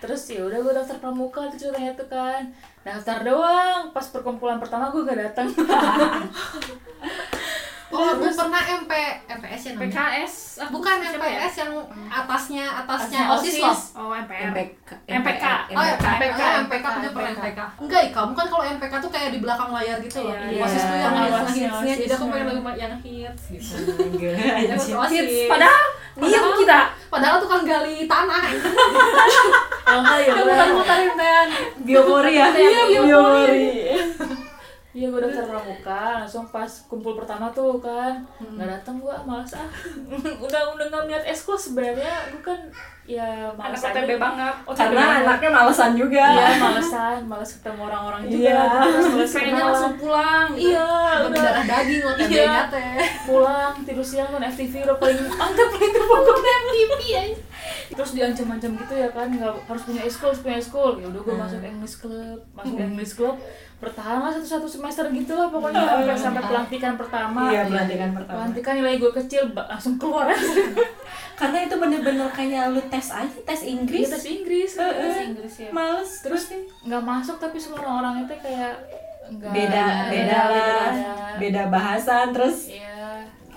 [SPEAKER 2] terus ya udah gue daftar pramuka tuh ceritanya tuh kan daftar doang pas perkumpulan pertama gue gak datang
[SPEAKER 4] Oh, aku pernah MP MPS ya namanya.
[SPEAKER 3] PKS ah,
[SPEAKER 4] Bukan
[SPEAKER 3] siapa ya?
[SPEAKER 4] MPS yang atasnya atasnya
[SPEAKER 3] Atasnya
[SPEAKER 4] OSIS loh.
[SPEAKER 3] oh MPR
[SPEAKER 1] MPK.
[SPEAKER 3] MPK.
[SPEAKER 4] Oh
[SPEAKER 2] iya.
[SPEAKER 4] ya, MPK,
[SPEAKER 3] MPK,
[SPEAKER 4] MPK, aku udah pernah
[SPEAKER 3] MPK.
[SPEAKER 4] MPK. Enggak, Ika, bukan kalau MPK tuh kayak di belakang layar gitu loh.
[SPEAKER 3] Iya.
[SPEAKER 4] OSIS iya. tuh yang
[SPEAKER 2] Yang
[SPEAKER 4] yang
[SPEAKER 2] awasnya
[SPEAKER 4] hitsnya, jadi aku
[SPEAKER 2] OSIS-nya.
[SPEAKER 4] pengen lagu yang hits gitu. Jadi aku
[SPEAKER 1] Anjir.
[SPEAKER 4] ke OSIS.
[SPEAKER 3] padahal diam kita
[SPEAKER 4] Padahal tukang gali tanah.
[SPEAKER 2] oh, ya
[SPEAKER 4] Mutar-mutarin dan
[SPEAKER 3] Iya,
[SPEAKER 1] Biopori ya?
[SPEAKER 4] Iya, biopori.
[SPEAKER 2] Iya gue daftar pramuka, langsung pas kumpul pertama tuh kan
[SPEAKER 3] Hmm.
[SPEAKER 2] nggak datang gue malas ah. udah udah nggak niat eskul sebenarnya gue kan ya malas
[SPEAKER 3] Anak OTB banget.
[SPEAKER 1] karena anaknya malasan juga
[SPEAKER 2] Iya malasan, malas ketemu orang-orang juga.
[SPEAKER 1] Iya.
[SPEAKER 2] terus malas
[SPEAKER 3] Pengennya
[SPEAKER 2] kenalan.
[SPEAKER 3] langsung pulang. gitu.
[SPEAKER 2] Iya, udah
[SPEAKER 4] darah daging lo
[SPEAKER 2] Iya.
[SPEAKER 4] tebenya teh
[SPEAKER 2] pulang tidur siang kan FTV udah paling mantep lah itu pokoknya FTV ya terus diancam-ancam gitu ya kan nggak harus punya eskul harus punya eskul ya udah gue
[SPEAKER 1] Hmm.
[SPEAKER 2] masuk English Club masuk English Club bertahan lah satu-satu semester gitu lah pokoknya sampai sampai pelantikan pertama
[SPEAKER 1] Hmm. Iya, pelantikan pertama.
[SPEAKER 2] pelantikan nilai gue kecil ba- langsung keluar aja
[SPEAKER 1] karena itu bener-bener kayak lu tes aja tes Inggris
[SPEAKER 2] Iya, tes Inggris
[SPEAKER 1] Eh, eh.
[SPEAKER 2] tes Inggris ya
[SPEAKER 1] males
[SPEAKER 2] terus nggak masuk tapi semua orang-orangnya tuh kayak nggak-
[SPEAKER 1] beda
[SPEAKER 2] nggak-
[SPEAKER 1] beda lah
[SPEAKER 2] beda.
[SPEAKER 1] beda bahasan terus
[SPEAKER 2] Iya.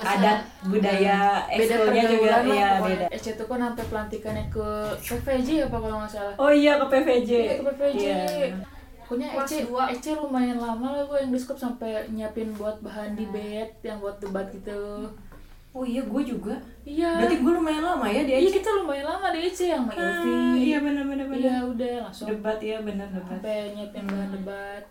[SPEAKER 1] adat budaya
[SPEAKER 2] beda
[SPEAKER 1] ekskulnya juga iya
[SPEAKER 2] pergaulan lah
[SPEAKER 1] beda
[SPEAKER 2] pokoknya. SC itu kan sampai pelantikannya ke PVJ apa kalau nggak salah
[SPEAKER 1] oh iya ke PVJ
[SPEAKER 2] Iya, ke PVJ
[SPEAKER 1] Iya.
[SPEAKER 2] Pokoknya
[SPEAKER 3] Kelas
[SPEAKER 2] EC,
[SPEAKER 3] dua.
[SPEAKER 2] EC lumayan lama lah gue yang diskup sampai nyiapin buat bahan
[SPEAKER 1] Iya.
[SPEAKER 2] debate, yang buat debat gitu
[SPEAKER 1] oh iya gue juga
[SPEAKER 2] Iya,
[SPEAKER 1] berarti gue lumayan lama ya di
[SPEAKER 2] iya
[SPEAKER 1] EC
[SPEAKER 2] kita lumayan lama di EC yang sama
[SPEAKER 1] Ah,
[SPEAKER 2] Ilvi
[SPEAKER 1] iya benar benar
[SPEAKER 2] Iya
[SPEAKER 1] benar
[SPEAKER 2] udah langsung
[SPEAKER 1] debat ya benar debat
[SPEAKER 2] sampai nyiapin bahan
[SPEAKER 1] Hmm.
[SPEAKER 2] debat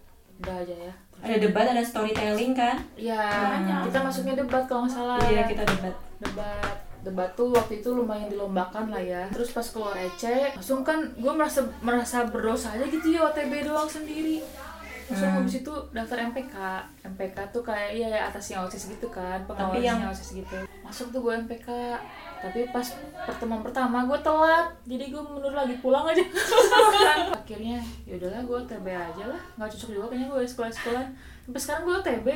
[SPEAKER 2] Udah aja ya
[SPEAKER 1] ada debat ada storytelling kan
[SPEAKER 2] Iya,
[SPEAKER 3] Banyak.
[SPEAKER 2] kita masuknya debat kalau nggak salah
[SPEAKER 1] iya kita debat
[SPEAKER 2] debat debat tuh waktu itu lumayan dilombakan lah ya terus pas keluar Ece langsung kan gue merasa merasa berdosa aja gitu ya OTB doang sendiri langsung
[SPEAKER 1] Hmm.
[SPEAKER 2] habis itu daftar MPK MPK tuh kayak iya ya atasnya OSIS gitu kan
[SPEAKER 1] Tapi yang-
[SPEAKER 2] pengawasnya OSIS gitu masuk tuh gue MPK tapi pas pertemuan pertama gue telat jadi gue mundur lagi pulang aja akhirnya ya udahlah gue OTB aja lah nggak cocok juga kayaknya gue sekolah sekolah sampai sekarang gue OTB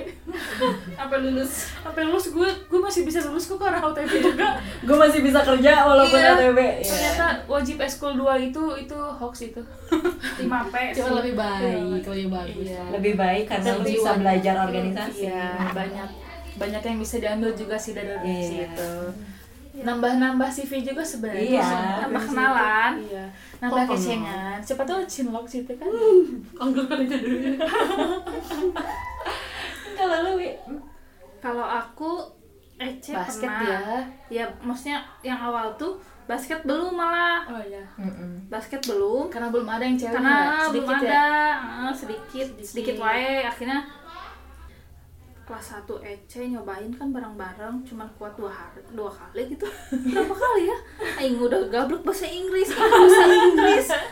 [SPEAKER 3] Sampai lulus.
[SPEAKER 2] sampai lulus gue gue masih bisa lulus kok karena OTB juga
[SPEAKER 1] gue masih bisa kerja walaupun
[SPEAKER 2] Iya.
[SPEAKER 1] ATB
[SPEAKER 2] ternyata wajib eskul 2 itu itu hoax itu
[SPEAKER 3] 5 P.
[SPEAKER 4] cuma lebih baik lebih bagus
[SPEAKER 2] Iya.
[SPEAKER 1] lebih baik karena lu bisa belajar organisasi
[SPEAKER 2] iya banyak banyak yang bisa diambil juga sih dari
[SPEAKER 1] Iya.
[SPEAKER 2] situ nambah-nambah CV juga sebenarnya
[SPEAKER 1] Iya.
[SPEAKER 3] Nambah kenalan.
[SPEAKER 2] iya
[SPEAKER 1] Kok
[SPEAKER 2] nambah kecengan siapa tahu cinlok situ kan
[SPEAKER 4] anggur kan aja dulu
[SPEAKER 1] kalau lu Wi?
[SPEAKER 3] Kalau aku Ece
[SPEAKER 2] basket ya
[SPEAKER 3] pernah. Ya. maksudnya yang awal tuh basket belum malah.
[SPEAKER 2] oh iya
[SPEAKER 3] Basket belum.
[SPEAKER 2] karena belum ada yang cewek
[SPEAKER 3] Karena
[SPEAKER 2] ya?
[SPEAKER 3] belum
[SPEAKER 2] sedikit
[SPEAKER 3] ada
[SPEAKER 2] ya
[SPEAKER 3] eh, sedikit, sedikit,
[SPEAKER 2] Sedikit.
[SPEAKER 3] wae akhirnya kelas 1 EC nyobain kan bareng-bareng cuman kuat dua hari dua kali gitu berapa kali ya Aing udah gablek bahasa Inggris Aing bahasa Inggris Hah,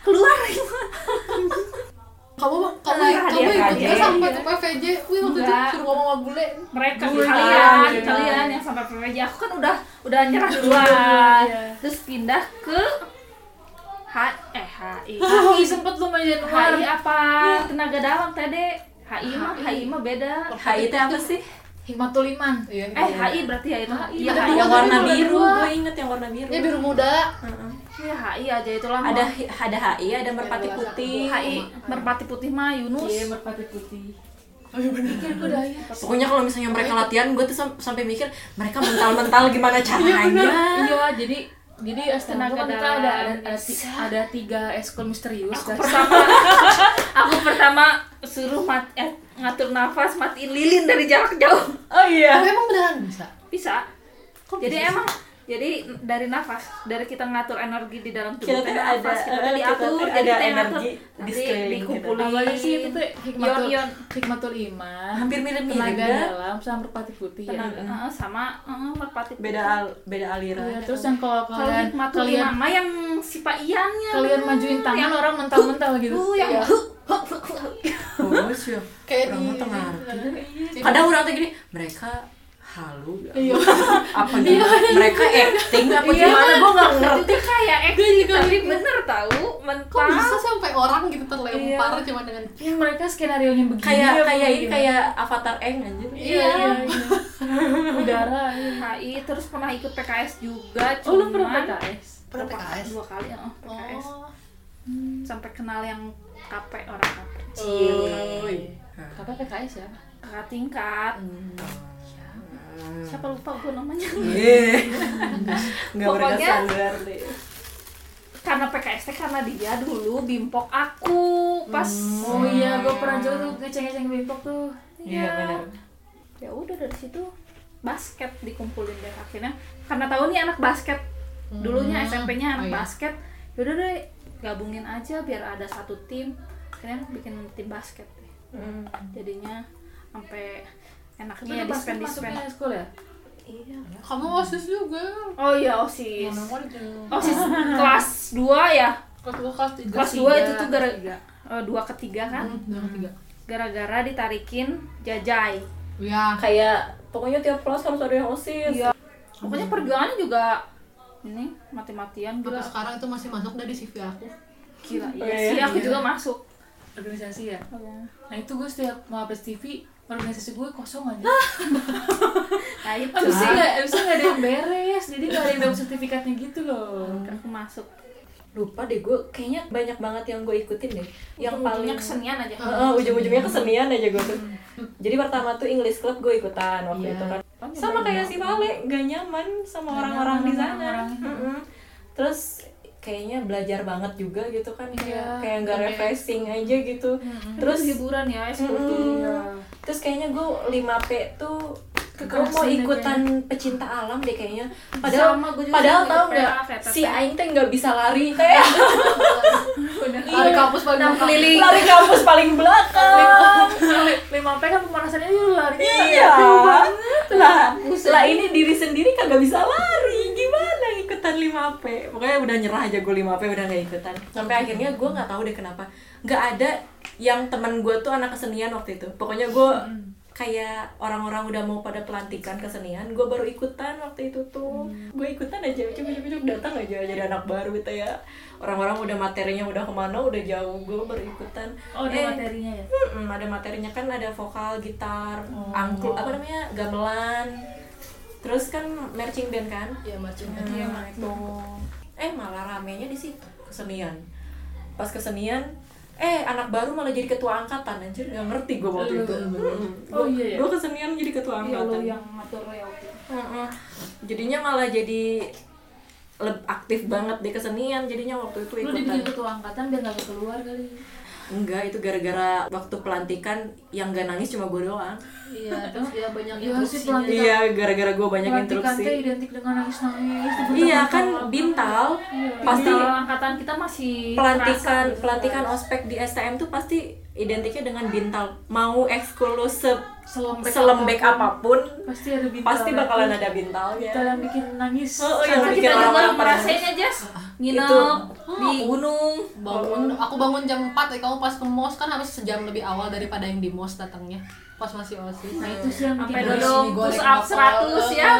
[SPEAKER 3] keluar Aing mah.
[SPEAKER 4] kamu kamu
[SPEAKER 3] Kaget,
[SPEAKER 4] kamu ikut Iya.
[SPEAKER 1] kaget.
[SPEAKER 4] gak sampai ke PVJ wih waktu itu
[SPEAKER 3] Enggak.
[SPEAKER 4] suruh ngomong sama bule
[SPEAKER 3] mereka
[SPEAKER 1] Bulan.
[SPEAKER 3] kalian
[SPEAKER 1] Bulan.
[SPEAKER 3] kalian yang sampai PPJ aku kan udah udah nyerah duluan
[SPEAKER 2] Iya.
[SPEAKER 3] terus pindah ke H eh HI
[SPEAKER 2] HI "Oh, sempet lumayan luar
[SPEAKER 3] HI apa tenaga dalam tadi HI mah HI mah beda
[SPEAKER 1] HI itu apa sih
[SPEAKER 2] Hikmatul Iman
[SPEAKER 4] iya
[SPEAKER 3] Eh, HI berarti ya itu. Iya,
[SPEAKER 4] Ada
[SPEAKER 3] HI.
[SPEAKER 4] dua.
[SPEAKER 1] yang warna
[SPEAKER 4] Ada
[SPEAKER 1] biru
[SPEAKER 4] dua.
[SPEAKER 1] gue inget yang warna biru
[SPEAKER 4] ya biru muda
[SPEAKER 1] Heeh.
[SPEAKER 3] Iya, HI aja itulah.
[SPEAKER 1] ada ada HI ada merpati
[SPEAKER 4] Ada
[SPEAKER 1] putih
[SPEAKER 3] HI Merpati Putih mah
[SPEAKER 2] iya Oh,
[SPEAKER 3] Yunus.
[SPEAKER 2] merpati putih iya.
[SPEAKER 4] mikir gue daya
[SPEAKER 1] pokoknya kalau misalnya mereka latihan gue tuh sam- sampai mikir mereka mental-mental gimana caranya
[SPEAKER 2] Iya, jadi jadi Astana
[SPEAKER 3] Tenaga
[SPEAKER 2] kan kita
[SPEAKER 3] dalam.
[SPEAKER 2] ada ada, ada, ti- ada tiga eskul misterius kan.
[SPEAKER 3] Pertama aku pertama suruh mat, eh, ngatur nafas matiin lilin dari jarak jauh.
[SPEAKER 1] oh
[SPEAKER 4] tapi
[SPEAKER 1] iya
[SPEAKER 4] emang beneran bisa
[SPEAKER 3] Bisa. jadi emang jadi dari nafas, dari kita ngatur energi di dalam
[SPEAKER 1] Kita
[SPEAKER 3] tubuh
[SPEAKER 1] tuh
[SPEAKER 3] ada nafas,
[SPEAKER 1] ada- eh,
[SPEAKER 3] kita tuh diatur,
[SPEAKER 1] kita tuh
[SPEAKER 3] jadi
[SPEAKER 1] ada
[SPEAKER 3] kita yang
[SPEAKER 1] energi
[SPEAKER 3] ngatur.
[SPEAKER 1] di
[SPEAKER 3] Nanti
[SPEAKER 1] sekeliling kita.
[SPEAKER 3] dikumpulin.
[SPEAKER 2] Awalnya sih itu tuh hikmatul,
[SPEAKER 3] Ion-ion.
[SPEAKER 2] hikmatul iman,
[SPEAKER 1] hampir mirip-mirip
[SPEAKER 2] tenaga
[SPEAKER 1] dah.
[SPEAKER 2] dalam sama merpati putih
[SPEAKER 1] Iya,
[SPEAKER 2] ya.
[SPEAKER 3] Tenaga, eh, sama eh, merpati putih.
[SPEAKER 1] beda al- beda
[SPEAKER 2] Iya,
[SPEAKER 1] aliran
[SPEAKER 2] terus yang kalau
[SPEAKER 3] Kalau
[SPEAKER 2] kalian
[SPEAKER 3] hikmatul
[SPEAKER 2] kalian
[SPEAKER 3] imam mah yang si Pak Iannya.
[SPEAKER 2] kalian majuin tangan orang mental-mental gitu.
[SPEAKER 3] Uh, yang
[SPEAKER 4] Iya.
[SPEAKER 1] oh sih
[SPEAKER 4] kayak
[SPEAKER 1] Orang
[SPEAKER 4] di
[SPEAKER 1] mah tengah arti.
[SPEAKER 4] Iya.
[SPEAKER 1] kadang orang tuh gini mereka halu ya.
[SPEAKER 4] iya
[SPEAKER 1] apa gimana mereka acting apa gimana gue nggak ngerti
[SPEAKER 3] Iya, itu kayak acting tapi bener tahu
[SPEAKER 4] kok
[SPEAKER 3] mental
[SPEAKER 4] bisa sampai orang gitu terlempar cuma dengan
[SPEAKER 2] Yang mereka skenario nya begini. ya,
[SPEAKER 1] kayak kayak
[SPEAKER 2] apa
[SPEAKER 1] ini
[SPEAKER 2] Iya, gimana?
[SPEAKER 1] kayak avatar eng anjir
[SPEAKER 2] iya iya. iya. Udara. iya.
[SPEAKER 3] HI terus pernah ikut PKS juga
[SPEAKER 2] Oh, lu
[SPEAKER 3] cuman
[SPEAKER 2] pernah PKS?
[SPEAKER 4] Pernah PKS?
[SPEAKER 3] dua kali ya oh, PKS
[SPEAKER 4] oh
[SPEAKER 3] sampai kenal yang KP orang KP
[SPEAKER 1] Iya.
[SPEAKER 2] Kakak PKS ya?
[SPEAKER 3] kakak tingkat
[SPEAKER 4] Hmm.
[SPEAKER 3] siapa lupa gue namanya
[SPEAKER 1] Iya. nggak
[SPEAKER 3] Pokoknya-
[SPEAKER 1] berkesan berarti
[SPEAKER 3] karena PKS teh karena dia dulu bimpok aku pas
[SPEAKER 4] Hmm.
[SPEAKER 2] Oh iya, gue pernah juga tuh ngeceng-ngeceng bimpok tuh.
[SPEAKER 1] iya benar
[SPEAKER 3] ya udah dari situ basket dikumpulin deh akhirnya karena tahu nih anak basket dulunya SMP-nya anak
[SPEAKER 4] Oh, iya.
[SPEAKER 3] basket Ya yaudah deh gabungin aja biar ada satu tim akhirnya bikin tim basket deh
[SPEAKER 4] Hmm.
[SPEAKER 1] Mm.
[SPEAKER 3] jadinya sampai
[SPEAKER 2] Itu
[SPEAKER 3] enaknya
[SPEAKER 2] udah
[SPEAKER 3] di
[SPEAKER 2] pas
[SPEAKER 3] spend di
[SPEAKER 2] masuknya
[SPEAKER 3] spend
[SPEAKER 2] Iya, school ya?
[SPEAKER 3] iya
[SPEAKER 4] Kamu osis juga.
[SPEAKER 3] oh iya osis
[SPEAKER 4] Mana mau itu?
[SPEAKER 3] osis kelas 2 ya
[SPEAKER 4] Kelas dua kelas tiga.
[SPEAKER 3] kelas
[SPEAKER 4] sih.
[SPEAKER 3] 2 itu tuh gara eh, dua ketiga kan
[SPEAKER 4] Hmm, dua tiga.
[SPEAKER 3] gara-gara ditarikin jajai
[SPEAKER 4] Ya.
[SPEAKER 1] kayak pokoknya tiap kelas harus ada yang osis
[SPEAKER 3] Iya. pokoknya
[SPEAKER 4] Hmm.
[SPEAKER 3] perjuangannya juga ini mati-matian
[SPEAKER 4] Sampai
[SPEAKER 3] gila
[SPEAKER 4] sekarang itu masih masuk dari CV aku.
[SPEAKER 3] gila
[SPEAKER 1] Oh,
[SPEAKER 3] iya
[SPEAKER 1] iya,
[SPEAKER 3] sih aku
[SPEAKER 2] iya.
[SPEAKER 3] juga masuk
[SPEAKER 2] Organisasi ya?
[SPEAKER 3] Oh,
[SPEAKER 2] Nah itu gue setiap mau update TV, organisasi gue kosong aja
[SPEAKER 3] nah itu
[SPEAKER 2] Abisnya
[SPEAKER 3] Ah,
[SPEAKER 2] nggak, abisnya nggak ada yang beres, jadi nggak ada yang dapat sertifikatnya gitu loh
[SPEAKER 3] aku masuk
[SPEAKER 1] lupa deh gue kayaknya banyak banget yang gue ikutin deh yang paling
[SPEAKER 3] Ujung-ujungnya
[SPEAKER 1] Oh,
[SPEAKER 3] kesenian aja
[SPEAKER 1] Heeh, ujung-ujungnya kesenian aja gue tuh
[SPEAKER 3] Hmm.
[SPEAKER 1] jadi pertama tuh English Club gue ikutan waktu
[SPEAKER 4] Iya.
[SPEAKER 1] itu
[SPEAKER 3] Oh,
[SPEAKER 1] kan sama kayak si Vale gak nyaman sama orang-orang di sana Mm-mm. terus kayaknya belajar banget juga gitu kan kayak
[SPEAKER 3] Iya,
[SPEAKER 1] kayak nggak refreshing aja gitu
[SPEAKER 3] terus
[SPEAKER 1] terus
[SPEAKER 3] hiburan ya ekskul tuh.
[SPEAKER 1] Mm-mm.
[SPEAKER 3] Iya.
[SPEAKER 1] terus kayaknya gue 5 p tuh gue
[SPEAKER 2] Kekerasan
[SPEAKER 1] mau
[SPEAKER 2] ya
[SPEAKER 1] ikutan pecinta alam deh kayaknya padahal
[SPEAKER 3] Sama, gua juga
[SPEAKER 1] padahal
[SPEAKER 3] sama
[SPEAKER 1] tau
[SPEAKER 3] PA,
[SPEAKER 1] nggak
[SPEAKER 3] VTT.
[SPEAKER 1] si Aing teh nggak bisa lari kayak
[SPEAKER 4] Lari
[SPEAKER 1] Iya.
[SPEAKER 4] kampus pagi
[SPEAKER 3] Iya, Enam
[SPEAKER 4] keliling.
[SPEAKER 3] keliling
[SPEAKER 1] lari kampus paling belakang
[SPEAKER 2] lima P kan pemanasannya itu lari
[SPEAKER 1] iya lah lah ini diri sendiri kagak bisa lari gimana ikutan 5 p pokoknya udah nyerah aja gue 5 p udah nggak ikutan sampai akhirnya gue nggak tahu deh kenapa nggak ada yang teman gue tuh anak kesenian waktu itu pokoknya gue kayak orang-orang udah mau pada pelantikan kesenian gue baru ikutan waktu itu tuh gue ikutan aja ujuk ujuk ujuk datang aja jadi anak baru gitu ya orang-orang udah materinya udah kemana udah jauh gue baru ikutan
[SPEAKER 3] oh ada
[SPEAKER 1] Eh,
[SPEAKER 3] materinya ya
[SPEAKER 1] Mm-mm, ada materinya kan ada vokal, gitar,
[SPEAKER 3] Oh.
[SPEAKER 1] angklung, apa namanya, gamelan. Terus kan marching band kan?
[SPEAKER 4] Iya macam.
[SPEAKER 1] Iya, itu. Eh malah ramenya di situ kesenian. Pas kesenian, eh anak baru malah jadi ketua angkatan anjir Hmm. nggak ngerti gue waktu itu.
[SPEAKER 3] Oh, iya, iya.
[SPEAKER 1] Gue kesenian jadi ketua
[SPEAKER 3] iya lo
[SPEAKER 1] angkatan.
[SPEAKER 3] yang ngatur ya waktu itu.
[SPEAKER 1] Mm-mm. Jadinya malah jadi leb- aktif banget di kesenian jadinya waktu itu
[SPEAKER 2] Lu
[SPEAKER 1] ikutan
[SPEAKER 2] dibikin ketua angkatan biar nggak keluar kali
[SPEAKER 1] enggak itu gara-gara waktu pelantikan yang gak nangis cuma gue doang
[SPEAKER 4] Iya terus dia banyak
[SPEAKER 2] Iya sih,
[SPEAKER 4] instruksinya.
[SPEAKER 2] pelan-
[SPEAKER 1] Iya, gara-gara gue banyak
[SPEAKER 2] Pelantikan iya,
[SPEAKER 1] interupsi.
[SPEAKER 2] teh identik dengan nangis-nangis
[SPEAKER 1] Iya kan bintal
[SPEAKER 2] Iya.
[SPEAKER 1] pasti
[SPEAKER 3] Kalau angkatan kita masih
[SPEAKER 1] pelantikan
[SPEAKER 3] terasa gitu.
[SPEAKER 1] pelantikan ospek di STM tuh pasti identiknya dengan bintal. Mau ekskul lu se
[SPEAKER 2] Selembek
[SPEAKER 1] selembek apapun,
[SPEAKER 2] Pasti ada bintal
[SPEAKER 1] pasti bakalan ada ya.
[SPEAKER 2] Bintal
[SPEAKER 1] bintalnya.
[SPEAKER 2] yang bikin nangis Kan
[SPEAKER 1] Oh, oh, yang
[SPEAKER 2] Karena
[SPEAKER 1] bikin
[SPEAKER 3] iya, kita
[SPEAKER 1] orang
[SPEAKER 3] juga
[SPEAKER 1] lapar.
[SPEAKER 3] ngerasainnya Jess nginep
[SPEAKER 1] Itu.
[SPEAKER 3] di gunung
[SPEAKER 4] bangun aku bangun jam 4 ya kamu pas ke mos kan harus sejam lebih awal daripada yang di mos datangnya pas masih osis
[SPEAKER 2] Nah itu sih yang
[SPEAKER 3] Sampai
[SPEAKER 2] bikin
[SPEAKER 3] dodol. Dodong, push up 100 ya.
[SPEAKER 1] Iya.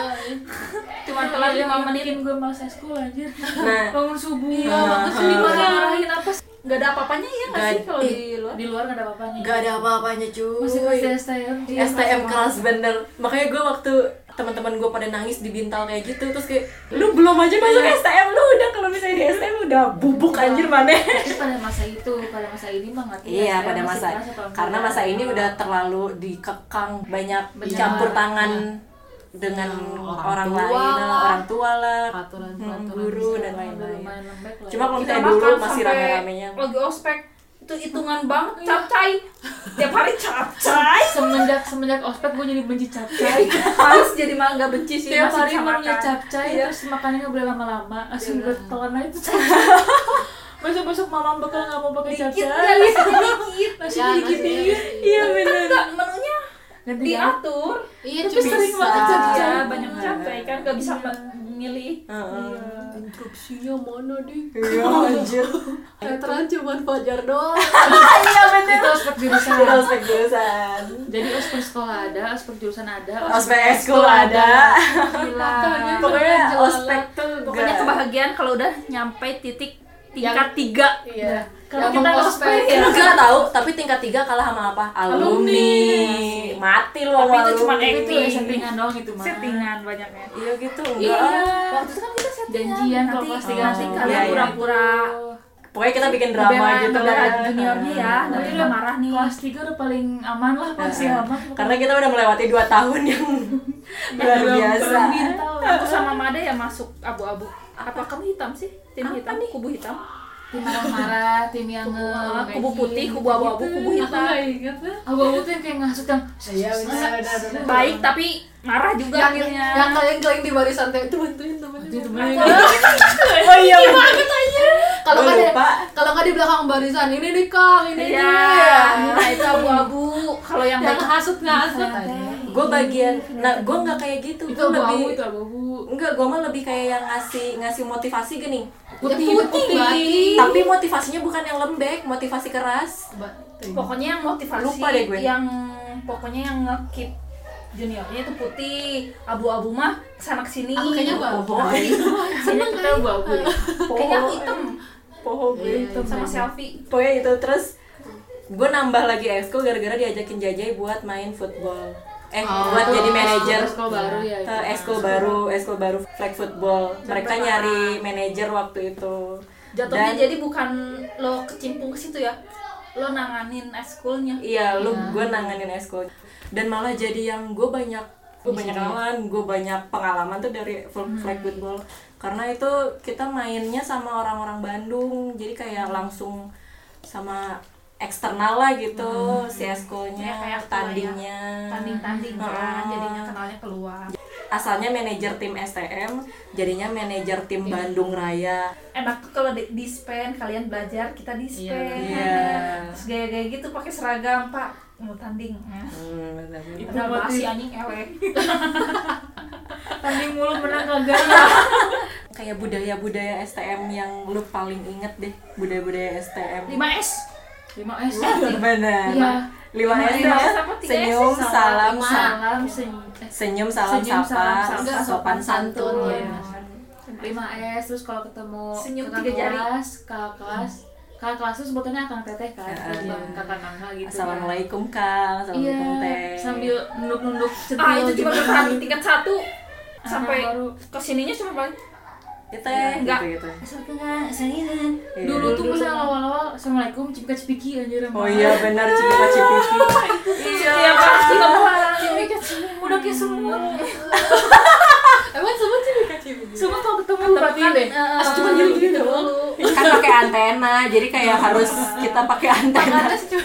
[SPEAKER 3] cuma
[SPEAKER 2] Kalau
[SPEAKER 3] telat
[SPEAKER 2] yang
[SPEAKER 3] 5 menit
[SPEAKER 2] Iya, bikin gue malas school anjir
[SPEAKER 1] Nah,
[SPEAKER 2] Bangun subuh
[SPEAKER 4] iya bagus sih
[SPEAKER 3] dimarahin apa sih? nggak ada apa-apanya ya nggak sih
[SPEAKER 1] Nggak-
[SPEAKER 3] kalau di luar
[SPEAKER 2] Di luar nggak ada apa-apanya
[SPEAKER 1] nggak ada apa-apanya cuy.
[SPEAKER 2] Masih kelas STM dia
[SPEAKER 1] STM
[SPEAKER 2] Iya, masih-
[SPEAKER 1] kelas bener. Makanya gue waktu teman-teman gue pada nangis di bintal kayak gitu terus kayak lu belum aja masuk STM lu udah kalau misalnya di STM lu udah bubuk anjir mana
[SPEAKER 2] Tapi pada masa itu, pada masa ini mah nggak tahu
[SPEAKER 1] Iya
[SPEAKER 2] STM
[SPEAKER 1] pada
[SPEAKER 2] masih
[SPEAKER 1] masa
[SPEAKER 2] keras apa enggak.
[SPEAKER 1] karena masa ini udah terlalu dikekang banyak campur tangan dengan orang,
[SPEAKER 4] Orang tua
[SPEAKER 1] lain lah,
[SPEAKER 4] lah.
[SPEAKER 1] orang tua lah,
[SPEAKER 4] Peraturan-
[SPEAKER 1] hmm,
[SPEAKER 4] peraturan
[SPEAKER 1] guru dan
[SPEAKER 2] Udah
[SPEAKER 1] lain-lain.
[SPEAKER 2] lumayan lembek lah
[SPEAKER 1] Cuma
[SPEAKER 2] ya.
[SPEAKER 1] kalau
[SPEAKER 3] Kita
[SPEAKER 1] kita dulu
[SPEAKER 3] makan
[SPEAKER 1] masih
[SPEAKER 3] sampai
[SPEAKER 1] rame-ramenya. Iya.
[SPEAKER 3] lagi ospek itu hitungan banget capcay tiap hari capcay
[SPEAKER 2] semenjak semenjak ospek gue jadi benci capcay
[SPEAKER 3] harus jadi malah nggak benci sih
[SPEAKER 2] tiap
[SPEAKER 3] masih
[SPEAKER 2] hari
[SPEAKER 3] bisa
[SPEAKER 2] namanya
[SPEAKER 3] Iya, makan.
[SPEAKER 2] capcay terus makannya nggak boleh lama-lama asli gue telan aja tuh besok besok mama bakal nggak mau pakai
[SPEAKER 3] Iya, dikit
[SPEAKER 2] capcay
[SPEAKER 3] nggak nasinya dikit
[SPEAKER 2] masih
[SPEAKER 4] Ya,
[SPEAKER 2] digigitin
[SPEAKER 1] Iya benar.
[SPEAKER 3] nggak menunya
[SPEAKER 2] ganti
[SPEAKER 3] ya?
[SPEAKER 2] ganti
[SPEAKER 3] diatur
[SPEAKER 4] iya
[SPEAKER 2] tapi
[SPEAKER 4] cuma
[SPEAKER 2] sering banget capcay
[SPEAKER 3] ya banyak capcay kan nggak bisa memilih
[SPEAKER 4] instruksinya mana deh
[SPEAKER 1] Iya anjir.
[SPEAKER 4] veteran cuma fajar doang
[SPEAKER 1] Iya benar.
[SPEAKER 2] itu ospek jurusan
[SPEAKER 1] Kita ospek jurusan.
[SPEAKER 2] jadi ospek sekolah ada ospek jurusan ada
[SPEAKER 3] Oh,
[SPEAKER 1] Ospek ekskul ada.
[SPEAKER 2] gila
[SPEAKER 1] Pokoknya ospek tuh
[SPEAKER 3] pokoknya
[SPEAKER 1] nggak-
[SPEAKER 3] kebahagiaan kalau udah nyampe titik tingkat tiga
[SPEAKER 4] iya
[SPEAKER 2] Kalau
[SPEAKER 4] Yang
[SPEAKER 2] kita
[SPEAKER 4] mau
[SPEAKER 2] ospek,
[SPEAKER 4] ospek.
[SPEAKER 1] Ya, Enggak tahu, tapi tingkat tiga kalah sama apa? Alumni. Mati lu sama
[SPEAKER 3] Tapi itu cuma
[SPEAKER 1] alumni.
[SPEAKER 2] itu ya settingan doang itu mah
[SPEAKER 3] settingan banyaknya
[SPEAKER 1] Iya gitu,
[SPEAKER 3] Iya.
[SPEAKER 1] enggak.
[SPEAKER 3] Waktu itu kan kita settingan.
[SPEAKER 2] janjian kalau
[SPEAKER 3] nanti,
[SPEAKER 2] kelas
[SPEAKER 1] tiga,
[SPEAKER 2] tiga
[SPEAKER 3] nanti
[SPEAKER 1] oh, iya,
[SPEAKER 3] kalian
[SPEAKER 1] iya.
[SPEAKER 3] pura-pura
[SPEAKER 1] Pokoknya kita bikin drama
[SPEAKER 3] ngebelain-
[SPEAKER 1] gitu
[SPEAKER 3] ngebelain
[SPEAKER 1] kan.
[SPEAKER 3] juniornya ya. Nanti
[SPEAKER 2] Iya.
[SPEAKER 3] udah marah nih.
[SPEAKER 2] kelas tiga udah paling aman lah
[SPEAKER 1] Iya,
[SPEAKER 2] pasti aman
[SPEAKER 1] Karena kita udah melewati dua tahun yang luar biasa.
[SPEAKER 3] Aku sama Mada ya masuk abu-abu. Apa kamu hitam sih? Tim hitam, kubu hitam.
[SPEAKER 2] tim marah-marah tim yang
[SPEAKER 3] Wah,
[SPEAKER 2] nge-
[SPEAKER 3] kubu putih, kubu abu-abu, kubu
[SPEAKER 4] aku
[SPEAKER 3] hitam.
[SPEAKER 4] nggak ingat lah
[SPEAKER 2] Abu-abu tuh yang kayak ngasut yang
[SPEAKER 4] iya benar benar benar
[SPEAKER 3] Baik tapi marah juga
[SPEAKER 4] yang
[SPEAKER 3] akhirnya.
[SPEAKER 4] yang kalian kalian di barisan teh itu bantuin temennya
[SPEAKER 2] Itu bener.
[SPEAKER 1] Oh iya. bener.
[SPEAKER 4] kalau
[SPEAKER 1] Gua
[SPEAKER 4] nggak di-
[SPEAKER 1] lupa.
[SPEAKER 4] kalau nggak di belakang barisan ini nih kang ini
[SPEAKER 3] Iya.
[SPEAKER 4] nih
[SPEAKER 3] Nah, itu abu-abu. Kalau yang
[SPEAKER 4] yang
[SPEAKER 3] baik
[SPEAKER 4] hasut hasut
[SPEAKER 1] gue bagian nah gue nggak kayak gitu
[SPEAKER 2] itu
[SPEAKER 1] gue
[SPEAKER 2] abu-abu
[SPEAKER 1] lebih
[SPEAKER 2] itu abu-abu
[SPEAKER 1] Enggak, gue mah lebih kayak yang ngasih ngasih motivasi gini.
[SPEAKER 4] putih
[SPEAKER 3] putih,
[SPEAKER 4] putih
[SPEAKER 1] Tapi motivasinya bukan yang lembek, motivasi keras.
[SPEAKER 3] pokoknya yang motivasi
[SPEAKER 1] Lupa deh gue.
[SPEAKER 3] yang pokoknya yang ngekip juniornya itu putih abu-abu mah sana kesini
[SPEAKER 4] Aku kayaknya abu-abu.
[SPEAKER 3] seneng
[SPEAKER 2] kita
[SPEAKER 3] kan
[SPEAKER 2] abu-abu ya
[SPEAKER 3] kayaknya
[SPEAKER 4] Oh,
[SPEAKER 3] aku hitam
[SPEAKER 1] Poho
[SPEAKER 4] iya,
[SPEAKER 3] Iya.
[SPEAKER 1] gue hitam.
[SPEAKER 3] sama selfie
[SPEAKER 1] Pokoknya itu terus gue nambah lagi ekskul gara-gara diajakin jajai buat main football. Eh,
[SPEAKER 3] Oh.
[SPEAKER 1] buat jadi manajer.
[SPEAKER 2] Terus kalau baru ya
[SPEAKER 1] Ke ekskul baru, ekskul baru flag football. Mereka
[SPEAKER 3] berapa?
[SPEAKER 1] nyari manajer waktu itu.
[SPEAKER 3] jatuhnya
[SPEAKER 1] Dan-
[SPEAKER 3] jadi bukan lo kecimpung ke situ ya lo nanganin eskulnya
[SPEAKER 1] Iya, lu gue nanganin esko dan malah jadi yang gue banyak
[SPEAKER 3] Iya.
[SPEAKER 1] gue banyak lawan, gue banyak pengalaman tuh dari full
[SPEAKER 3] Hmm.
[SPEAKER 1] flag football karena itu kita mainnya sama orang-orang Bandung jadi kayak
[SPEAKER 3] Hmm.
[SPEAKER 1] langsung sama eksternal lah gitu si eskulnya
[SPEAKER 3] Ya, kayak ketua ya.
[SPEAKER 1] tandingnya Hmm.
[SPEAKER 3] tanding-tanding
[SPEAKER 1] Ah.
[SPEAKER 3] kan jadinya kenalnya keluar
[SPEAKER 1] asalnya manajer tim STM jadinya manajer
[SPEAKER 3] Iya.
[SPEAKER 1] tim Bandung Raya
[SPEAKER 3] enak tuh kalau di dispen kalian belajar kita dispen
[SPEAKER 1] Iya.
[SPEAKER 3] terus gaya-gaya gitu pakai seragam pak mau tanding Nah, padahal basi anjing elek
[SPEAKER 2] tanding mulu menang kagak
[SPEAKER 1] kayak budaya-budaya STM yang lu paling inget deh budaya-budaya STM
[SPEAKER 3] 5S
[SPEAKER 2] 5S
[SPEAKER 1] Benar.
[SPEAKER 2] Iya.
[SPEAKER 1] Lima S
[SPEAKER 3] Lima S
[SPEAKER 1] ya.
[SPEAKER 3] apa? Tiga S ya?
[SPEAKER 1] Senyum, salam, sa-
[SPEAKER 3] salam senyum
[SPEAKER 1] senyum, salam,
[SPEAKER 2] Senyum, salam,
[SPEAKER 1] sapa,
[SPEAKER 2] sapa,
[SPEAKER 1] sopan santun.
[SPEAKER 2] santun. Iya. 5S terus kalau ketemu
[SPEAKER 3] Senyum
[SPEAKER 2] kakak
[SPEAKER 3] tiga jari.
[SPEAKER 2] kelas, kakak kelas, kakak kelas tuh sebetulnya akang teteh kan,
[SPEAKER 1] Heeh.
[SPEAKER 2] Terus bang- kakak kakak gitu. kan.
[SPEAKER 1] Assalamualaikum Kang,
[SPEAKER 2] Iya,
[SPEAKER 1] Assalamualaikum Teh.
[SPEAKER 2] sambil nunduk-nunduk
[SPEAKER 3] ah
[SPEAKER 2] centil
[SPEAKER 3] itu cuma
[SPEAKER 2] gitu.
[SPEAKER 3] bertahan tingkat satu
[SPEAKER 1] Ah,
[SPEAKER 3] sampai
[SPEAKER 2] baru.
[SPEAKER 3] kesininya cuma paling
[SPEAKER 1] Ya, Teh
[SPEAKER 2] Iya,
[SPEAKER 3] Enggak.
[SPEAKER 1] gitu-gitu.
[SPEAKER 2] Assalamualaikum, Kak. Assalamualaikum.
[SPEAKER 1] Iya.
[SPEAKER 2] Dulu tuh pas yang awal-awal Assalamualaikum cipika cipiki anjir emang.
[SPEAKER 1] Oh iya benar cipika cipiki. Iya,
[SPEAKER 3] tiap pasti udah kayak semut
[SPEAKER 4] emang semut sih dikasih
[SPEAKER 2] Semua kalau ketemu kan? lu perhatiin deh.
[SPEAKER 3] Eh,
[SPEAKER 2] cuma gini-gini
[SPEAKER 3] gitu
[SPEAKER 2] doang.
[SPEAKER 3] dulu.
[SPEAKER 1] kan pakai antena, jadi kayak harus kita pakai antena.
[SPEAKER 4] Karena sih cuma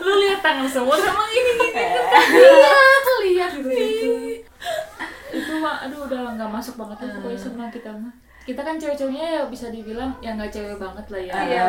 [SPEAKER 3] lu lihat tangan semut emang ini gini
[SPEAKER 2] Iya, Aku lihat dulu itu. Itu mah aduh udah nggak masuk banget lah pokoknya semua kita mah. Kita kan cewek-ceweknya ya bisa dibilang ya nggak cewek banget lah ya.
[SPEAKER 1] Iya,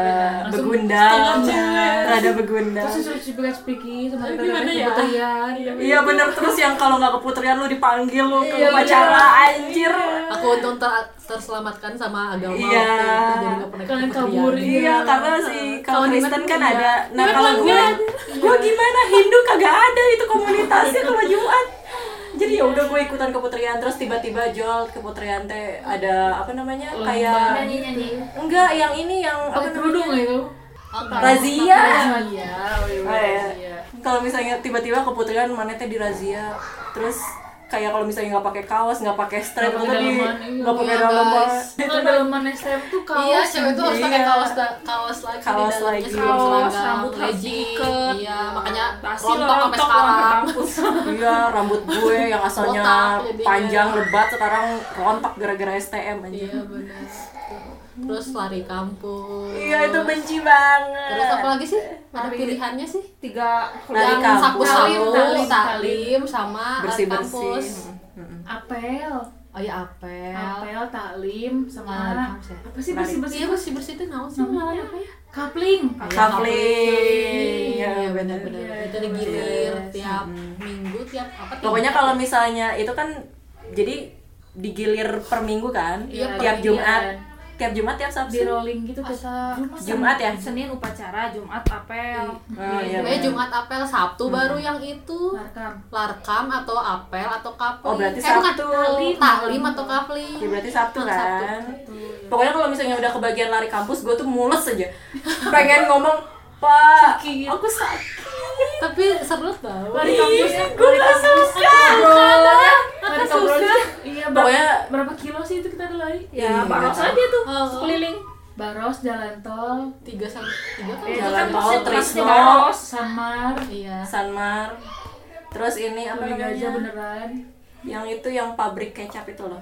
[SPEAKER 2] Langsung setengah
[SPEAKER 1] begundang,
[SPEAKER 2] cewek.
[SPEAKER 1] rada begundang.
[SPEAKER 2] Terus suruh cipika cipiki sama
[SPEAKER 4] Tapi gimana ya?
[SPEAKER 2] keputrian.
[SPEAKER 1] Iya benar terus yang kalau nggak keputrian lu dipanggil lu ke
[SPEAKER 2] Iya,
[SPEAKER 1] upacara anjir.
[SPEAKER 4] aku untung ter- terselamatkan sama agama
[SPEAKER 1] Iya.
[SPEAKER 4] waktu itu, jadi gak pernah
[SPEAKER 2] Kalian
[SPEAKER 4] kepikiran.
[SPEAKER 2] kaburin.
[SPEAKER 1] Iya, karena si kalau
[SPEAKER 4] Kalau di
[SPEAKER 1] Kristen kan
[SPEAKER 4] Madrid, iya.
[SPEAKER 1] ada. Nah,
[SPEAKER 2] Gue
[SPEAKER 1] kalau gue
[SPEAKER 2] pelanggan.
[SPEAKER 1] gue gimana Hindu kagak ada itu komunitasnya kalau Jumat. Jadi ya udah gue ikutan keputrian terus tiba-tiba jual keputrian teh ada apa namanya? kayak
[SPEAKER 3] nyanyi nyanyi
[SPEAKER 1] enggak yang ini yang apa
[SPEAKER 2] Pakai
[SPEAKER 1] namanya?
[SPEAKER 2] kerudung nggak itu?
[SPEAKER 4] Oh, kalau-
[SPEAKER 1] Razia.
[SPEAKER 2] Iya, oh iya,
[SPEAKER 1] Oh, iya.
[SPEAKER 2] iya.
[SPEAKER 1] Kalau misalnya tiba-tiba keputrian mana teh dirazia terus kayak kalau misalnya nggak pakai kaos, nggak pakai strap,
[SPEAKER 2] Nggak
[SPEAKER 1] nggak
[SPEAKER 2] pakai
[SPEAKER 1] di
[SPEAKER 2] dalaman, iya.
[SPEAKER 1] nggak pakai
[SPEAKER 4] Iya,
[SPEAKER 1] dalaman.
[SPEAKER 4] guys.
[SPEAKER 2] Kalau dalaman STM tuh kaos.
[SPEAKER 4] iya cewek tuh harus pakai
[SPEAKER 1] Iya.
[SPEAKER 4] kaos da- kaos
[SPEAKER 1] Kaos
[SPEAKER 4] lagi di dalamnya
[SPEAKER 1] lagi.
[SPEAKER 4] sama
[SPEAKER 3] Kaos,
[SPEAKER 4] seragam,
[SPEAKER 3] rambut harus
[SPEAKER 4] legging.
[SPEAKER 3] diikat.
[SPEAKER 4] iya makanya
[SPEAKER 3] pasti
[SPEAKER 4] rontok sampai
[SPEAKER 3] ke
[SPEAKER 4] sekarang
[SPEAKER 3] kampus
[SPEAKER 1] Iya, rambut gue yang asalnya
[SPEAKER 4] Botak jadinya.
[SPEAKER 1] panjang lebat sekarang rontok gara-gara STM anjir.
[SPEAKER 4] iya benar terus lari kampung
[SPEAKER 1] Iya itu benci banget.
[SPEAKER 4] terus apa lagi sih ada pilihannya sih
[SPEAKER 3] tiga
[SPEAKER 1] Lari
[SPEAKER 4] yang
[SPEAKER 1] kampung.
[SPEAKER 4] sapu sapu
[SPEAKER 3] Talim, talim,
[SPEAKER 4] talim, talim sama
[SPEAKER 1] bersih
[SPEAKER 4] lari
[SPEAKER 1] bersih.
[SPEAKER 4] kampus
[SPEAKER 1] Iya,
[SPEAKER 2] Apel,
[SPEAKER 4] oh iya apel
[SPEAKER 2] apel, taklim, sama
[SPEAKER 4] Lari kampus ya?
[SPEAKER 2] apa sih
[SPEAKER 1] Lari.
[SPEAKER 2] bersih
[SPEAKER 4] iya
[SPEAKER 2] bersih?
[SPEAKER 4] bersih bersih itu nggak sih namanya apa ya
[SPEAKER 2] Kapling.
[SPEAKER 1] Kafling.
[SPEAKER 4] Iya,
[SPEAKER 1] Ya,
[SPEAKER 4] benar
[SPEAKER 1] bener-bener.
[SPEAKER 4] benar itu digilir tiap minggu tiap apa tiap-
[SPEAKER 1] Hmm. Pokoknya kalau misalnya itu kan jadi digilir per minggu kan,
[SPEAKER 4] Iya,
[SPEAKER 1] tiap
[SPEAKER 2] per
[SPEAKER 1] Jumat,
[SPEAKER 2] mingguan.
[SPEAKER 1] tiap Jumat tiap
[SPEAKER 2] Di
[SPEAKER 1] Sabtu.
[SPEAKER 2] rolling gitu ke
[SPEAKER 3] Masa-
[SPEAKER 1] Jumat ya?
[SPEAKER 3] Senin upacara, Jumat apel,
[SPEAKER 1] Oh, iya,
[SPEAKER 4] Pokoknya
[SPEAKER 1] bener.
[SPEAKER 4] Jumat apel Sabtu
[SPEAKER 1] Hmm.
[SPEAKER 4] baru yang itu
[SPEAKER 3] Markam.
[SPEAKER 4] larkam atau apel atau kapling Eh,
[SPEAKER 1] Oh, berarti
[SPEAKER 4] bukan,
[SPEAKER 1] Sabtu.
[SPEAKER 4] taklim, taklim atau kapling
[SPEAKER 1] Ya, berarti Sabtu
[SPEAKER 4] Jumat Sabtu.
[SPEAKER 1] kan. Pokoknya kalau misalnya udah kebagian lari kampus, gue tuh mules aja. Pengen ngomong, Pak,
[SPEAKER 2] Sakit.
[SPEAKER 1] aku sakit.
[SPEAKER 4] tapi seru tau
[SPEAKER 2] Lari kampus,
[SPEAKER 1] Gue nggak suka.
[SPEAKER 2] lari kampus. Iya, ber-
[SPEAKER 1] Pokoknya-
[SPEAKER 2] berapa kilo sih itu kita ada lari?
[SPEAKER 1] Iya.
[SPEAKER 3] Ya, baros aja tuh,
[SPEAKER 4] Oh.
[SPEAKER 3] keliling.
[SPEAKER 2] Baros, jalan tol,
[SPEAKER 4] tiga sama tiga kan
[SPEAKER 1] Jalan
[SPEAKER 4] Jalan.
[SPEAKER 1] tol,
[SPEAKER 3] maksudnya
[SPEAKER 1] Trisno.
[SPEAKER 3] baros.
[SPEAKER 2] samar,
[SPEAKER 4] iya
[SPEAKER 1] Sanmar. Terus ini apa
[SPEAKER 2] Kuling aja
[SPEAKER 1] namanya?
[SPEAKER 2] beneran.
[SPEAKER 1] Yang itu yang pabrik kecap itu loh.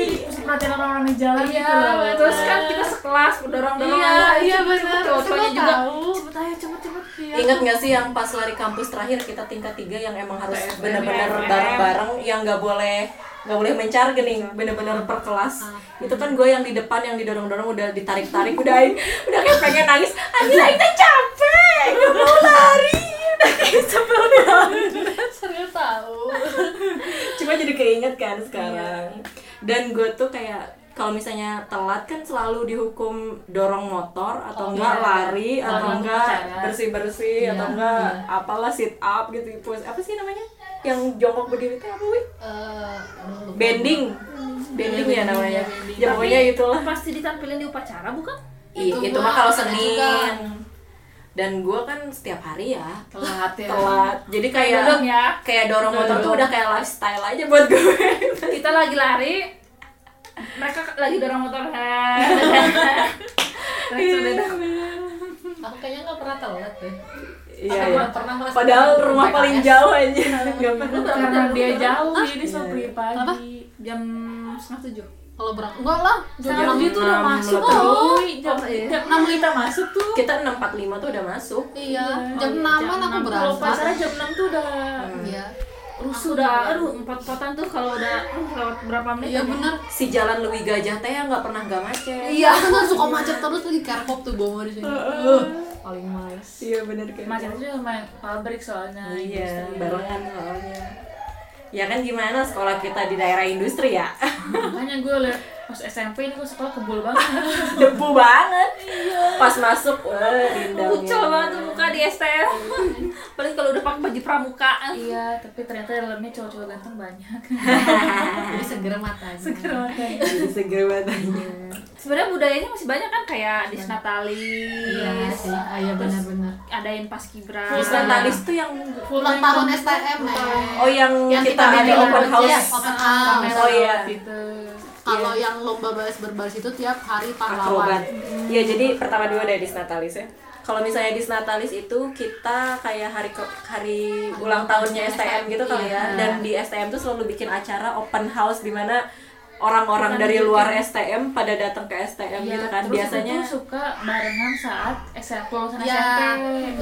[SPEAKER 2] Iya,
[SPEAKER 3] Gitu kan Iya,
[SPEAKER 1] Ingat nggak sih yang pas lari kampus terakhir kita tingkat tiga yang emang harus benar-benar
[SPEAKER 3] PRM.
[SPEAKER 1] bareng-bareng yang nggak boleh nggak boleh mencar gini bener-bener per kelas itu kan gue yang di depan yang didorong-dorong udah ditarik-tarik udah aing- udah kayak pengen nangis anjir aing teh capek gak mau lari udah kayak sebel banget
[SPEAKER 4] serius tahu
[SPEAKER 1] cuma jadi keinget kan sekarang dan gue tuh kayak kalau misalnya telat kan selalu dihukum dorong motor atau
[SPEAKER 4] Oh,
[SPEAKER 1] enggak
[SPEAKER 4] iya.
[SPEAKER 1] lari atau
[SPEAKER 4] Dorong
[SPEAKER 1] enggak
[SPEAKER 4] pacaran.
[SPEAKER 1] bersih bersih
[SPEAKER 2] Iya,
[SPEAKER 1] atau enggak
[SPEAKER 2] iya.
[SPEAKER 1] apalah sit up gitu push apa sih namanya yang jongkok berdiri itu apa wih
[SPEAKER 4] Eh,
[SPEAKER 1] bending bending ya namanya ya pokoknya itulah
[SPEAKER 3] pasti ditampilin di upacara bukan
[SPEAKER 1] Iya,
[SPEAKER 4] Itu
[SPEAKER 1] itu
[SPEAKER 4] mah
[SPEAKER 1] mah kalau
[SPEAKER 4] ada
[SPEAKER 1] senin
[SPEAKER 4] juga.
[SPEAKER 1] dan gue kan setiap hari ya
[SPEAKER 2] telat ya
[SPEAKER 1] telat jadi kayak
[SPEAKER 3] Dorong ya.
[SPEAKER 1] kayak dorong motor tuh udah kayak lifestyle aja buat gue
[SPEAKER 3] kita lagi lari mereka lagi dorong motor Heh. Terus udah dah.
[SPEAKER 4] aku kayaknya nggak pernah telat deh
[SPEAKER 1] Iya,
[SPEAKER 4] Aku
[SPEAKER 1] iya.
[SPEAKER 4] nggak pernah merasa
[SPEAKER 1] Padahal
[SPEAKER 4] telat.
[SPEAKER 1] rumah paling
[SPEAKER 4] PKS.
[SPEAKER 1] jauh aja. Enggak pernah.
[SPEAKER 2] karena dia jauh jadi sampai
[SPEAKER 4] Apa?
[SPEAKER 2] pagi
[SPEAKER 3] jam setengah tujuh
[SPEAKER 4] kalau berang enggak lah jam
[SPEAKER 1] Jam
[SPEAKER 4] enam itu udah
[SPEAKER 1] enam
[SPEAKER 4] masuk
[SPEAKER 1] lebih.
[SPEAKER 4] oh
[SPEAKER 2] jam
[SPEAKER 3] Oh, iya.
[SPEAKER 2] jam enam kita masuk tuh
[SPEAKER 1] Kita 645 tuh udah masuk.
[SPEAKER 4] iya
[SPEAKER 3] Oh,
[SPEAKER 4] jam
[SPEAKER 3] iya,
[SPEAKER 4] enaman
[SPEAKER 3] jam
[SPEAKER 4] aku
[SPEAKER 3] enam.
[SPEAKER 2] kalau
[SPEAKER 4] berangkat
[SPEAKER 2] pacaran jam enam tuh udah
[SPEAKER 4] iya
[SPEAKER 3] rusuh dah aduh empat empatan tuh kalau udah aduh, lewat berapa menit kan
[SPEAKER 4] iya
[SPEAKER 3] ya?
[SPEAKER 4] bener
[SPEAKER 1] Si jalan Lewi Gajah teh yang nggak pernah nggak macet.
[SPEAKER 4] iya aku kan suka macet terus lagi kerkop tuh gue mau di sini paling males
[SPEAKER 1] Iya benar kan.
[SPEAKER 2] macet itu sama pabrik soalnya
[SPEAKER 1] Iya,
[SPEAKER 2] industri.
[SPEAKER 1] barengan soalnya. Ya kan gimana sekolah kita di daerah industri ya?
[SPEAKER 2] makanya gue liat pas SMP ini gue sekolah kebul banget
[SPEAKER 1] Debu banget. Pas masuk, wah, rindangnya.
[SPEAKER 3] pucel banget tuh muka di STM paling kalau udah pakai baju pramuka
[SPEAKER 2] iya tapi ternyata di dalamnya cowok-cowok ganteng banyak
[SPEAKER 4] jadi eh. segera matanya
[SPEAKER 2] Keren banget.
[SPEAKER 1] Jadi seger batanya.
[SPEAKER 3] sebenarnya budayanya masih banyak kan kayak disnatalis
[SPEAKER 4] iya sih ah, iya benar-benar
[SPEAKER 3] adain paskibra
[SPEAKER 1] Natalis tuh yang
[SPEAKER 4] ulang tahun STM eh.
[SPEAKER 1] Oh yang,
[SPEAKER 4] Iya. Yang
[SPEAKER 1] kita,
[SPEAKER 4] kita
[SPEAKER 1] ada
[SPEAKER 4] bikin
[SPEAKER 1] open
[SPEAKER 4] lewat
[SPEAKER 1] house.
[SPEAKER 4] Jazz. Open house.
[SPEAKER 1] Oh iya.
[SPEAKER 2] itu
[SPEAKER 4] kalau yang lomba baris berbaris itu tiap hari
[SPEAKER 1] akrobat.
[SPEAKER 4] pahlawan
[SPEAKER 1] Iya, jadi pertama dulu dari Disnatalis ya. Kalau misalnya Disnatalis itu kita kayak hari ke- hari ulang tahunnya STM gitu kali ya.
[SPEAKER 4] Iya.
[SPEAKER 1] Dan di STM tuh selalu bikin acara open house di mana orang-orang dari luar STM pada datang ke STM gitu kan.
[SPEAKER 2] terus
[SPEAKER 1] Biasanya
[SPEAKER 2] itu suka barengan saat SMP lulusan
[SPEAKER 4] Ya,
[SPEAKER 2] SMP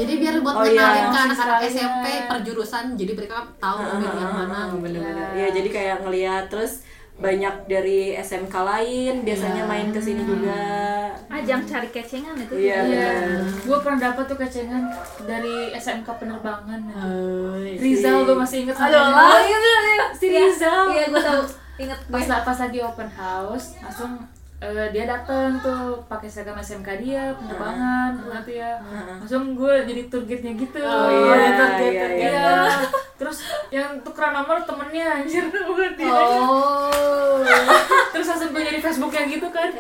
[SPEAKER 4] jadi biar buat
[SPEAKER 1] Iya. Oh, iya. Ah,
[SPEAKER 4] ngenalin ke anak-anak
[SPEAKER 2] Sekalian.
[SPEAKER 4] SMP perjurusan, jadi mereka tahu ambil yang mana.
[SPEAKER 1] bener-bener. Iya, jadi kayak ngeliat terus banyak dari SMK lain biasanya main ke sini juga.
[SPEAKER 3] ajang Ah, cari kecengan itu
[SPEAKER 1] Hmm. Iya,
[SPEAKER 2] Iya,
[SPEAKER 1] bener.
[SPEAKER 2] gue pernah dapat tuh kecengan dari SMK penerbangan.
[SPEAKER 4] Eh,
[SPEAKER 2] Rizal gue masih inget sama dia. si Rizal.
[SPEAKER 3] iya gue tau inget gue
[SPEAKER 2] Pas, pas lagi open house, langsung eh, dia dateng tuh pakai seragam SMK dia penerbangan nanti ya. Langsung gue jadi tour guide-nya gitu.
[SPEAKER 1] Ah. Oh, iya,
[SPEAKER 2] Jadi tour guide,
[SPEAKER 1] iya,
[SPEAKER 2] tour
[SPEAKER 1] iya.
[SPEAKER 2] guide. Terus yang tukeran nomor temennya anjir bukan dia.
[SPEAKER 4] Oh,
[SPEAKER 2] Terus langsung gue jadi Facebooknya gitu kan.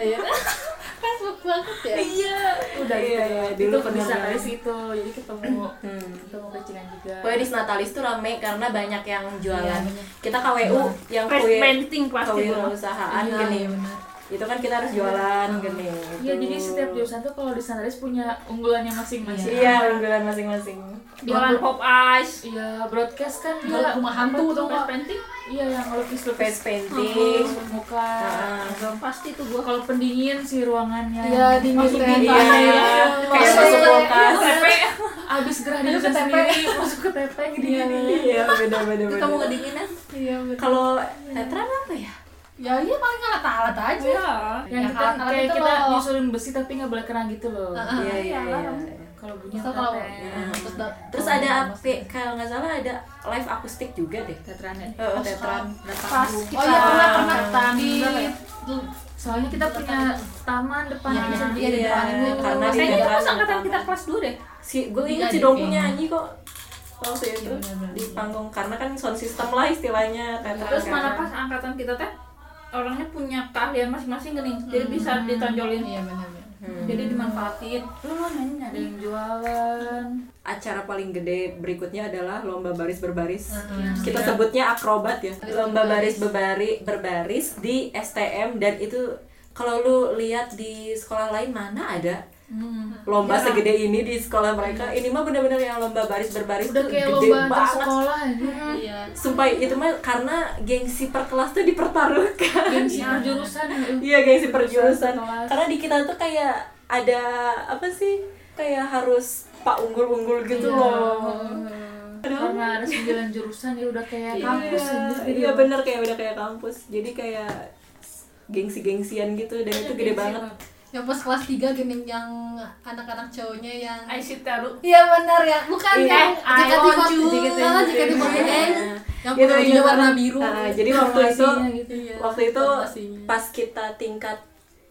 [SPEAKER 4] Facebook banget ya.
[SPEAKER 2] Iya, udah
[SPEAKER 1] Iya,
[SPEAKER 2] gitu.
[SPEAKER 1] iya,
[SPEAKER 2] Itu
[SPEAKER 1] dulu pernah
[SPEAKER 2] bisa dari
[SPEAKER 1] banget.
[SPEAKER 2] situ. Jadi ketemu
[SPEAKER 1] Hmm.
[SPEAKER 2] ketemu kecengan juga.
[SPEAKER 1] Pokoknya di Natalis tuh rame karena banyak yang jualan.
[SPEAKER 4] Iya, bener.
[SPEAKER 1] kita KWU yang kue
[SPEAKER 3] painting pasti gue
[SPEAKER 1] kewirausahaan
[SPEAKER 4] Iya,
[SPEAKER 1] gini.
[SPEAKER 4] iya, bener.
[SPEAKER 1] Itu kan kita harus jualan gini.
[SPEAKER 2] Iya,
[SPEAKER 1] Itu.
[SPEAKER 2] jadi setiap jurusan tuh kalau di Sandaris punya unggulannya masing-masing.
[SPEAKER 1] Iya, unggulan masing-masing.
[SPEAKER 3] jualan pop ice
[SPEAKER 2] Iya, broadcast kan dia
[SPEAKER 4] Kalau rumah hantu
[SPEAKER 2] apa
[SPEAKER 4] tuh,
[SPEAKER 2] tuh,
[SPEAKER 4] Kak.
[SPEAKER 3] painting
[SPEAKER 2] Iya, yang lukis
[SPEAKER 1] Face
[SPEAKER 2] lukis
[SPEAKER 1] painting.
[SPEAKER 2] muka.
[SPEAKER 1] Ah.
[SPEAKER 3] pasti tuh gue
[SPEAKER 2] Gua kalau pendingin sih ruangannya.
[SPEAKER 4] Iya, dingin
[SPEAKER 2] masuk
[SPEAKER 4] banget.
[SPEAKER 2] dingin.
[SPEAKER 1] Iya, kayak masuk kulkas.
[SPEAKER 3] Iya.
[SPEAKER 2] Abis gerah dingin
[SPEAKER 4] ke TP.
[SPEAKER 2] sendiri masuk ke gitu. TP dingin dingin.
[SPEAKER 1] Iya, beda-beda.
[SPEAKER 3] kamu kedinginan
[SPEAKER 4] Iya, bener.
[SPEAKER 1] Kalau tetra apa ya?
[SPEAKER 4] Ya, iya paling alat-alat aja.
[SPEAKER 3] iya
[SPEAKER 2] Yang
[SPEAKER 4] Ya,
[SPEAKER 2] kita
[SPEAKER 4] alat-alat
[SPEAKER 2] kayak
[SPEAKER 4] itu
[SPEAKER 2] kita
[SPEAKER 4] loh.
[SPEAKER 2] nyusulin besi tapi nggak boleh kena gitu loh.
[SPEAKER 1] Iya, iya, iya.
[SPEAKER 2] Kalau bunyi
[SPEAKER 4] Misal kalau
[SPEAKER 2] tepe.
[SPEAKER 4] terus da-
[SPEAKER 1] Terus ada apa- kalau nggak salah ada live akustik juga deh.
[SPEAKER 2] Tetranet.
[SPEAKER 1] Eh, eh, tetra.
[SPEAKER 3] pas kita
[SPEAKER 4] Oh iya, pernah pernah
[SPEAKER 2] Tanggung.
[SPEAKER 4] di
[SPEAKER 2] Soalnya kita punya taman depannya.
[SPEAKER 4] Iya, di
[SPEAKER 1] Iya,
[SPEAKER 4] depanin dulu.
[SPEAKER 1] karena di
[SPEAKER 3] kayaknya itu
[SPEAKER 1] tetra
[SPEAKER 3] pas
[SPEAKER 1] ada
[SPEAKER 3] angkatan
[SPEAKER 1] taman.
[SPEAKER 3] kita kelas dua deh
[SPEAKER 1] si gue
[SPEAKER 4] Iya,
[SPEAKER 1] inget si
[SPEAKER 4] deh,
[SPEAKER 1] Dongku
[SPEAKER 4] kayaknya.
[SPEAKER 1] nyanyi kok waktu itu
[SPEAKER 4] bener-bener.
[SPEAKER 1] di panggung karena kan sound system lah istilahnya tetra
[SPEAKER 3] terus
[SPEAKER 1] kan.
[SPEAKER 3] mana pas angkatan kita teh orangnya punya keahlian masing-masing gini jadi bisa ditonjolin Hmm.
[SPEAKER 4] Iya, benar-benar.
[SPEAKER 3] jadi dimanfaatin lu lu nyanyi
[SPEAKER 2] Ada
[SPEAKER 3] ada
[SPEAKER 2] yang jualan.
[SPEAKER 1] acara paling gede berikutnya adalah lomba baris berbaris kita sebutnya akrobat ya lomba baris berbari berbaris di STM dan itu kalau lu lihat di sekolah lain mana ada lomba segede ini di sekolah mereka ini mah bener-bener yang lomba baris berbaris
[SPEAKER 2] Udah
[SPEAKER 1] tuh
[SPEAKER 2] kayak
[SPEAKER 1] gede
[SPEAKER 2] lomba antar
[SPEAKER 1] banget
[SPEAKER 2] sekolah ya. aja.
[SPEAKER 4] Iya.
[SPEAKER 1] sumpah itu mah karena gengsi per kelas tuh dipertaruhkan
[SPEAKER 2] Gengsi ya. perjurusan.
[SPEAKER 1] Iya gengsi perjurusan
[SPEAKER 2] kelas.
[SPEAKER 1] Karena di kita tuh kayak ada apa sih kayak harus pak unggul-unggul gitu
[SPEAKER 2] Iya.
[SPEAKER 1] loh. Aduh.
[SPEAKER 2] karena ada sembilan jurusan ya udah kayak kampus
[SPEAKER 1] Iya,
[SPEAKER 2] anjir,
[SPEAKER 1] iya
[SPEAKER 2] gitu.
[SPEAKER 1] bener kayak udah kayak kampus. Jadi kayak gengsi-gengsian gitu dan
[SPEAKER 2] Iya,
[SPEAKER 1] itu gede banget.
[SPEAKER 4] yang pas kelas 3 gening yang anak-anak cowoknya yang
[SPEAKER 3] taruh
[SPEAKER 4] Iya benar ya, bukan
[SPEAKER 3] Iya,
[SPEAKER 4] yang
[SPEAKER 3] I want you.
[SPEAKER 4] ah, JKT48 yang
[SPEAKER 1] Iya. Gitu,
[SPEAKER 4] punya
[SPEAKER 1] iya.
[SPEAKER 4] warna biru. gitu.
[SPEAKER 1] Ah, jadi waktu itu
[SPEAKER 2] Formasinya gitu.
[SPEAKER 4] Iya,
[SPEAKER 1] waktu itu
[SPEAKER 4] formasinya.
[SPEAKER 1] pas kita tingkat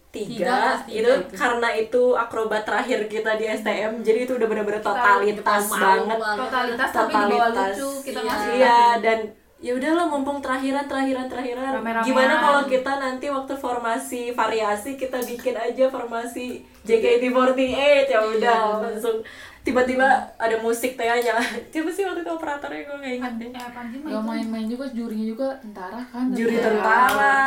[SPEAKER 4] Tiga,
[SPEAKER 1] tiga,
[SPEAKER 4] kelas tiga
[SPEAKER 1] itu
[SPEAKER 4] itu. Hmm.
[SPEAKER 1] karena itu akrobat terakhir kita di STM jadi itu udah bener-bener totalitas
[SPEAKER 4] Kita mau
[SPEAKER 1] banget
[SPEAKER 4] banget.
[SPEAKER 3] totalitas tapi di bawah
[SPEAKER 1] totalitas
[SPEAKER 3] lucu kita
[SPEAKER 1] iya,
[SPEAKER 3] ngasih
[SPEAKER 1] iya dan ya udahlah mumpung terakhiran terakhiran terakhiran
[SPEAKER 3] Rame-ramean.
[SPEAKER 1] gimana kalau kita nanti waktu formasi variasi kita bikin aja formasi JKT48 ya udah langsung tiba-tiba ada musik teh aja siapa sih waktu itu operatornya gue nggak ingat deh
[SPEAKER 3] eh apa sih
[SPEAKER 2] Gak
[SPEAKER 3] Mike?
[SPEAKER 2] main-main juga jurinya juga tentara kan
[SPEAKER 1] juri
[SPEAKER 2] Iya.
[SPEAKER 1] tentara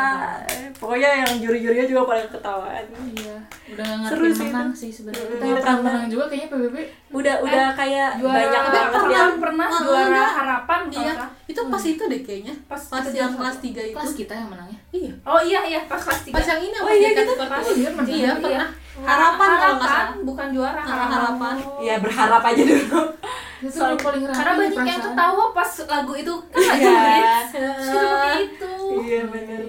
[SPEAKER 1] Eh, pokoknya yang juri-jurinya juga pada ketawaan
[SPEAKER 2] iya udah gak
[SPEAKER 1] Seru
[SPEAKER 2] ngerti
[SPEAKER 1] sih
[SPEAKER 2] menang
[SPEAKER 1] itu.
[SPEAKER 2] sih sebenarnya
[SPEAKER 1] Mm-mm.
[SPEAKER 2] kita yang pernah
[SPEAKER 1] Karena-
[SPEAKER 2] menang juga kayaknya PBB
[SPEAKER 1] udah udah kayak
[SPEAKER 3] juara
[SPEAKER 1] banyak
[SPEAKER 3] tapi
[SPEAKER 1] banget ya.
[SPEAKER 3] pernah
[SPEAKER 1] yang
[SPEAKER 3] pernah
[SPEAKER 4] Oh,
[SPEAKER 3] juara
[SPEAKER 4] enggak.
[SPEAKER 3] harapan
[SPEAKER 4] Iya,
[SPEAKER 3] iya.
[SPEAKER 4] itu pas itu deh kayaknya.
[SPEAKER 3] Pas
[SPEAKER 4] Pas, pas
[SPEAKER 3] kita
[SPEAKER 4] yang
[SPEAKER 3] juara
[SPEAKER 4] kelas 3 itu.
[SPEAKER 2] kelas kita yang ya. menangnya
[SPEAKER 4] Iya.
[SPEAKER 3] oh iya iya pas kelas tiga
[SPEAKER 4] Pas yang ini
[SPEAKER 1] Oh, iya,
[SPEAKER 4] kita
[SPEAKER 1] kita
[SPEAKER 3] iya, pernah.
[SPEAKER 4] Iya,
[SPEAKER 3] Iya.
[SPEAKER 4] pernah. Harapan kalau nggak
[SPEAKER 3] harapan
[SPEAKER 4] salah.
[SPEAKER 3] bukan juara
[SPEAKER 4] Karena
[SPEAKER 3] harapan,
[SPEAKER 4] harapan.
[SPEAKER 1] ya berharap aja dulu
[SPEAKER 2] itu
[SPEAKER 3] Soalnya-
[SPEAKER 2] paling rame
[SPEAKER 3] karena
[SPEAKER 2] di
[SPEAKER 3] banyak yang
[SPEAKER 2] perasaan.
[SPEAKER 3] ketawa pas lagu itu kan lagi
[SPEAKER 1] Iya.
[SPEAKER 3] hits itu
[SPEAKER 1] iya benar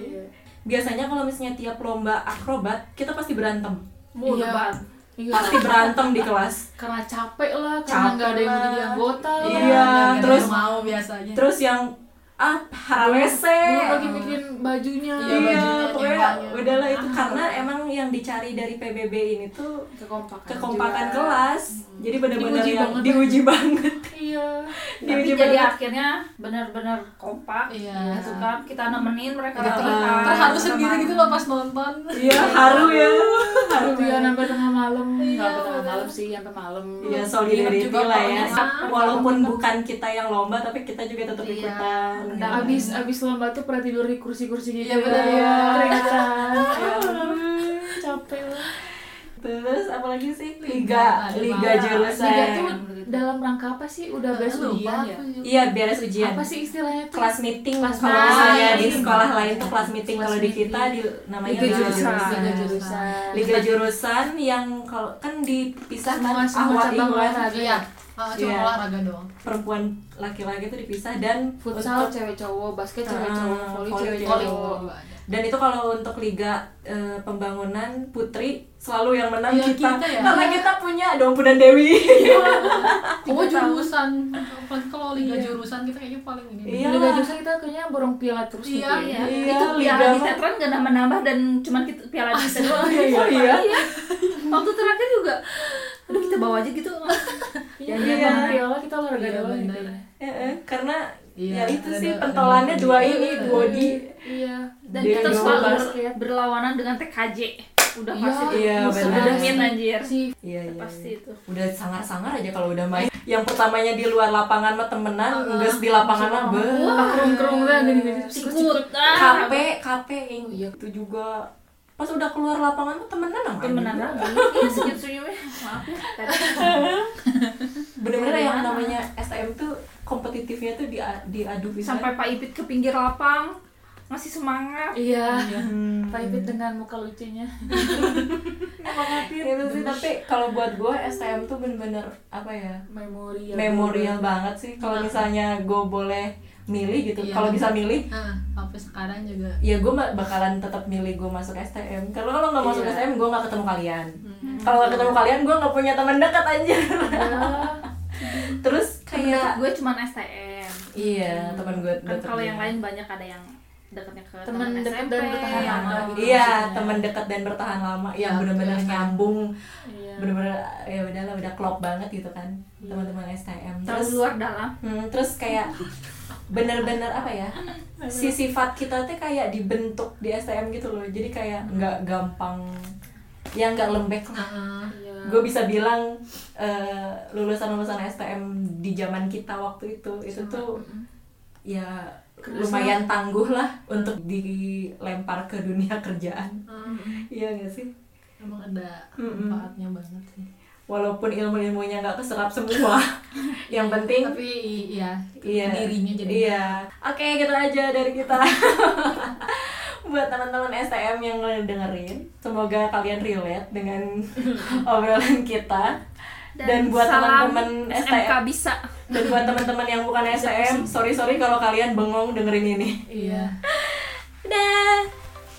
[SPEAKER 1] biasanya kalau misalnya tiap lomba akrobat kita pasti berantem
[SPEAKER 3] Mulu
[SPEAKER 2] Iya.
[SPEAKER 3] banget.
[SPEAKER 2] Iya.
[SPEAKER 1] pasti berantem di kelas
[SPEAKER 2] karena capek lah karena
[SPEAKER 1] Capek
[SPEAKER 2] nggak ada yang
[SPEAKER 1] lah.
[SPEAKER 2] menjadi anggota
[SPEAKER 1] Iya,
[SPEAKER 2] lah.
[SPEAKER 4] nggak ada
[SPEAKER 1] terus-
[SPEAKER 4] yang mau biasanya.
[SPEAKER 1] terus yang ah harawese
[SPEAKER 2] Belum lagi mikirin bajunya
[SPEAKER 4] Iya, bajunya,
[SPEAKER 1] iya pokoknya
[SPEAKER 4] nyewanya.
[SPEAKER 1] udahlah itu karena emang yang dicari dari PBB ini tuh
[SPEAKER 2] kekompakan
[SPEAKER 1] kekompakan
[SPEAKER 2] juga.
[SPEAKER 1] kelas jadi benar-benar
[SPEAKER 2] Diuji
[SPEAKER 1] yang
[SPEAKER 2] banget.
[SPEAKER 1] diuji banget
[SPEAKER 2] iya
[SPEAKER 3] tapi
[SPEAKER 1] diuji
[SPEAKER 3] jadi
[SPEAKER 1] banget
[SPEAKER 3] akhirnya benar-benar kompak
[SPEAKER 4] Iya.
[SPEAKER 3] gitu kan kita nemenin mereka
[SPEAKER 4] Agak ter-
[SPEAKER 3] latihan,
[SPEAKER 4] terharu
[SPEAKER 3] sama-
[SPEAKER 4] sendiri gitu loh pas nonton.
[SPEAKER 1] iya haru ya haru
[SPEAKER 2] Aduh, ya sampai tengah malam nggak sampai tengah malam sih sampai malam
[SPEAKER 1] ya solidarity
[SPEAKER 4] juga
[SPEAKER 1] lah ya
[SPEAKER 4] pokoknya.
[SPEAKER 1] walaupun bukan kita yang lomba tapi kita juga tetap
[SPEAKER 3] Iya.
[SPEAKER 1] ikutan
[SPEAKER 3] Dan
[SPEAKER 2] abis abis lomba tuh pernah tidur di kursi-kursi gitu
[SPEAKER 4] Iya, bener, ya.
[SPEAKER 2] Keringetan. Aduh, capek lah
[SPEAKER 1] terus apalagi sih liga
[SPEAKER 4] ada
[SPEAKER 1] liga
[SPEAKER 4] banget.
[SPEAKER 1] jurusan
[SPEAKER 2] Liga tuh dalam rangka apa sih udah beres ujian ya
[SPEAKER 1] iya beres ujian
[SPEAKER 2] apa sih istilahnya tuh
[SPEAKER 1] kelas meeting
[SPEAKER 2] Kelas
[SPEAKER 1] kalau
[SPEAKER 2] meeting.
[SPEAKER 1] misalnya di
[SPEAKER 2] Iya.
[SPEAKER 1] sekolah lain tuh kelas meeting
[SPEAKER 4] Kelas
[SPEAKER 1] kalau di
[SPEAKER 4] meeting.
[SPEAKER 1] kita di namanya
[SPEAKER 4] Iya,
[SPEAKER 2] Liga
[SPEAKER 1] liga
[SPEAKER 2] jurusan.
[SPEAKER 1] Iya, jurusan
[SPEAKER 2] Liga jurusan.
[SPEAKER 1] liga jurusan yang kalau kan dipisah
[SPEAKER 2] Semua
[SPEAKER 1] kan
[SPEAKER 2] semua
[SPEAKER 1] awal
[SPEAKER 2] cabang
[SPEAKER 1] iwan
[SPEAKER 2] olahraga
[SPEAKER 4] Iya.
[SPEAKER 2] ya.
[SPEAKER 4] Ah, cuma
[SPEAKER 1] Iya.
[SPEAKER 4] olahraga doang.
[SPEAKER 1] perempuan laki-laki itu dipisah dan
[SPEAKER 2] Futsal
[SPEAKER 1] untuk-
[SPEAKER 2] cewek cowok, basket cewek
[SPEAKER 1] Ah,
[SPEAKER 2] cowok, voli
[SPEAKER 1] voli
[SPEAKER 2] cewek
[SPEAKER 1] cewek
[SPEAKER 2] cowok.
[SPEAKER 4] Nggak ada.
[SPEAKER 1] dan itu kalau untuk liga eh, pembangunan putri selalu yang menang
[SPEAKER 4] Iya,
[SPEAKER 1] kita,
[SPEAKER 4] kita ya.
[SPEAKER 1] karena kita punya dompu dan dewi
[SPEAKER 4] Oh, jurusan. Apalagi kalau liga jurusan kita kayaknya paling ini.
[SPEAKER 1] Iya.
[SPEAKER 2] Liga jurusan kita kayaknya borong piala terus gitu.
[SPEAKER 4] Iya,
[SPEAKER 2] ya.
[SPEAKER 3] Iya,
[SPEAKER 1] Iya,
[SPEAKER 3] itu
[SPEAKER 1] liga
[SPEAKER 3] piala di
[SPEAKER 1] mah.
[SPEAKER 3] Tetron gak nambah-nambah dan cuman kita piala di Tetron
[SPEAKER 1] Oh, iya.
[SPEAKER 3] Waktu terakhir juga, aduh kita bawa aja gitu
[SPEAKER 2] Iya,
[SPEAKER 1] Iya.
[SPEAKER 2] borong piala kita olahraga
[SPEAKER 4] Iya,
[SPEAKER 2] doang
[SPEAKER 4] bener.
[SPEAKER 2] gitu.
[SPEAKER 1] Eh, eh, karena
[SPEAKER 4] Iya,
[SPEAKER 1] ya itu
[SPEAKER 4] ada-
[SPEAKER 1] sih
[SPEAKER 4] ada-
[SPEAKER 1] pentolannya dua ini
[SPEAKER 4] Iya.
[SPEAKER 1] dua di
[SPEAKER 2] Iya.
[SPEAKER 3] Dan
[SPEAKER 1] Dia
[SPEAKER 3] kita
[SPEAKER 1] juga
[SPEAKER 3] selalu
[SPEAKER 2] basket.
[SPEAKER 3] ber- berlawanan dengan TKJ Udah
[SPEAKER 2] Iya,
[SPEAKER 3] pasti
[SPEAKER 1] Iya,
[SPEAKER 2] musuh
[SPEAKER 1] bener.
[SPEAKER 2] ada
[SPEAKER 3] Min, anjir.
[SPEAKER 2] Si
[SPEAKER 1] Iya, iya,
[SPEAKER 3] Pasti
[SPEAKER 1] iya.
[SPEAKER 3] itu.
[SPEAKER 1] Udah sangar-sangar aja kalau udah main. Yang pertamanya di luar lapangan mah temenan, nges di lapangan mah be.
[SPEAKER 2] kerung-kerung lah gini-gini.
[SPEAKER 3] Sikut
[SPEAKER 1] KP,
[SPEAKER 3] ah,
[SPEAKER 1] KP yang iya, itu juga. Pas udah keluar lapangan tuh temenan sama
[SPEAKER 3] Temenan
[SPEAKER 1] Andi.
[SPEAKER 3] lagi Iya, senyum-senyumnya Maaf ya, tadi.
[SPEAKER 1] Bener-bener
[SPEAKER 3] Dari
[SPEAKER 1] yang
[SPEAKER 3] mana?
[SPEAKER 1] namanya STM tuh kompetitifnya tuh di diadu pisan.
[SPEAKER 3] Sampai Pak Ipit ke pinggir lapang Masih semangat
[SPEAKER 2] Iya.
[SPEAKER 1] Hmm.
[SPEAKER 2] Pak Ipit dengan muka lucunya.
[SPEAKER 1] Gitu sih, tapi kalau buat gue STM tuh bener-bener apa ya?
[SPEAKER 3] Iya,
[SPEAKER 2] Memorial.
[SPEAKER 1] Memorial banget sih kalau misalnya gue boleh milih gitu.
[SPEAKER 4] Iya.
[SPEAKER 1] Kalau bisa milih
[SPEAKER 4] Nah, sampai sekarang juga.
[SPEAKER 1] ya gue bakalan tetap milih gue masuk STM kalau kalau nggak masuk
[SPEAKER 4] Iya.
[SPEAKER 1] STM gue nggak ketemu kalian kalau nggak ketemu kalian gue nggak punya teman dekat aja terus
[SPEAKER 3] Kayak
[SPEAKER 1] kayak
[SPEAKER 3] Kan gue cuman STM
[SPEAKER 1] iya teman gue
[SPEAKER 3] kan
[SPEAKER 1] Iya. deket
[SPEAKER 3] kalau
[SPEAKER 1] gue.
[SPEAKER 3] yang lain ya, banyak ada yang dekatnya ke
[SPEAKER 2] Temen
[SPEAKER 3] teman
[SPEAKER 2] deket
[SPEAKER 3] SMP
[SPEAKER 2] dan bertahan
[SPEAKER 3] yang
[SPEAKER 2] lama
[SPEAKER 3] lagi-
[SPEAKER 2] gitu.
[SPEAKER 1] iya
[SPEAKER 4] maksudnya.
[SPEAKER 1] teman dekat dan bertahan lama yang
[SPEAKER 4] Ya,
[SPEAKER 1] benar-benar
[SPEAKER 4] betul.
[SPEAKER 1] nyambung
[SPEAKER 2] Iya.
[SPEAKER 1] benar-benar ya udahlah udah klop banget gitu kan teman-teman STM
[SPEAKER 3] terlalu
[SPEAKER 1] terus
[SPEAKER 3] luar dalam
[SPEAKER 1] Hmm, terus kayak bener-bener apa ya si sifat kita tuh kayak dibentuk di STM gitu loh jadi kayak nggak gampang ya nggak lembek lah
[SPEAKER 4] Heeh.
[SPEAKER 2] Iya.
[SPEAKER 1] gue bisa bilang eh, lulusan-lulusan STM di zaman kita waktu itu itu tuh ya lumayan tangguh lah untuk dilempar ke dunia kerjaan iya gak sih
[SPEAKER 4] Emang ada
[SPEAKER 1] Mm-mm.
[SPEAKER 4] manfaatnya banget sih.
[SPEAKER 1] walaupun ilmu-ilmunya nggak keserap semua yang penting
[SPEAKER 4] Tapi i- iya,
[SPEAKER 1] iya
[SPEAKER 4] dirinya jadi
[SPEAKER 1] iya oke gitu aja dari kita buat teman-teman STM yang dengerin semoga kalian relate dengan obrolan kita Dan buat
[SPEAKER 3] salam
[SPEAKER 1] teman-teman
[SPEAKER 3] SMK
[SPEAKER 1] STM.
[SPEAKER 3] bisa
[SPEAKER 1] Dan buat teman-teman yang bukan STM, sorry-sorry kalau kalian bengong dengerin ini.
[SPEAKER 4] Iya.
[SPEAKER 1] Dadah.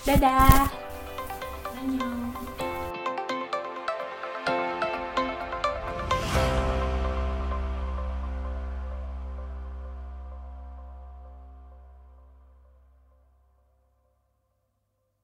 [SPEAKER 1] Dadah.
[SPEAKER 3] Dadah.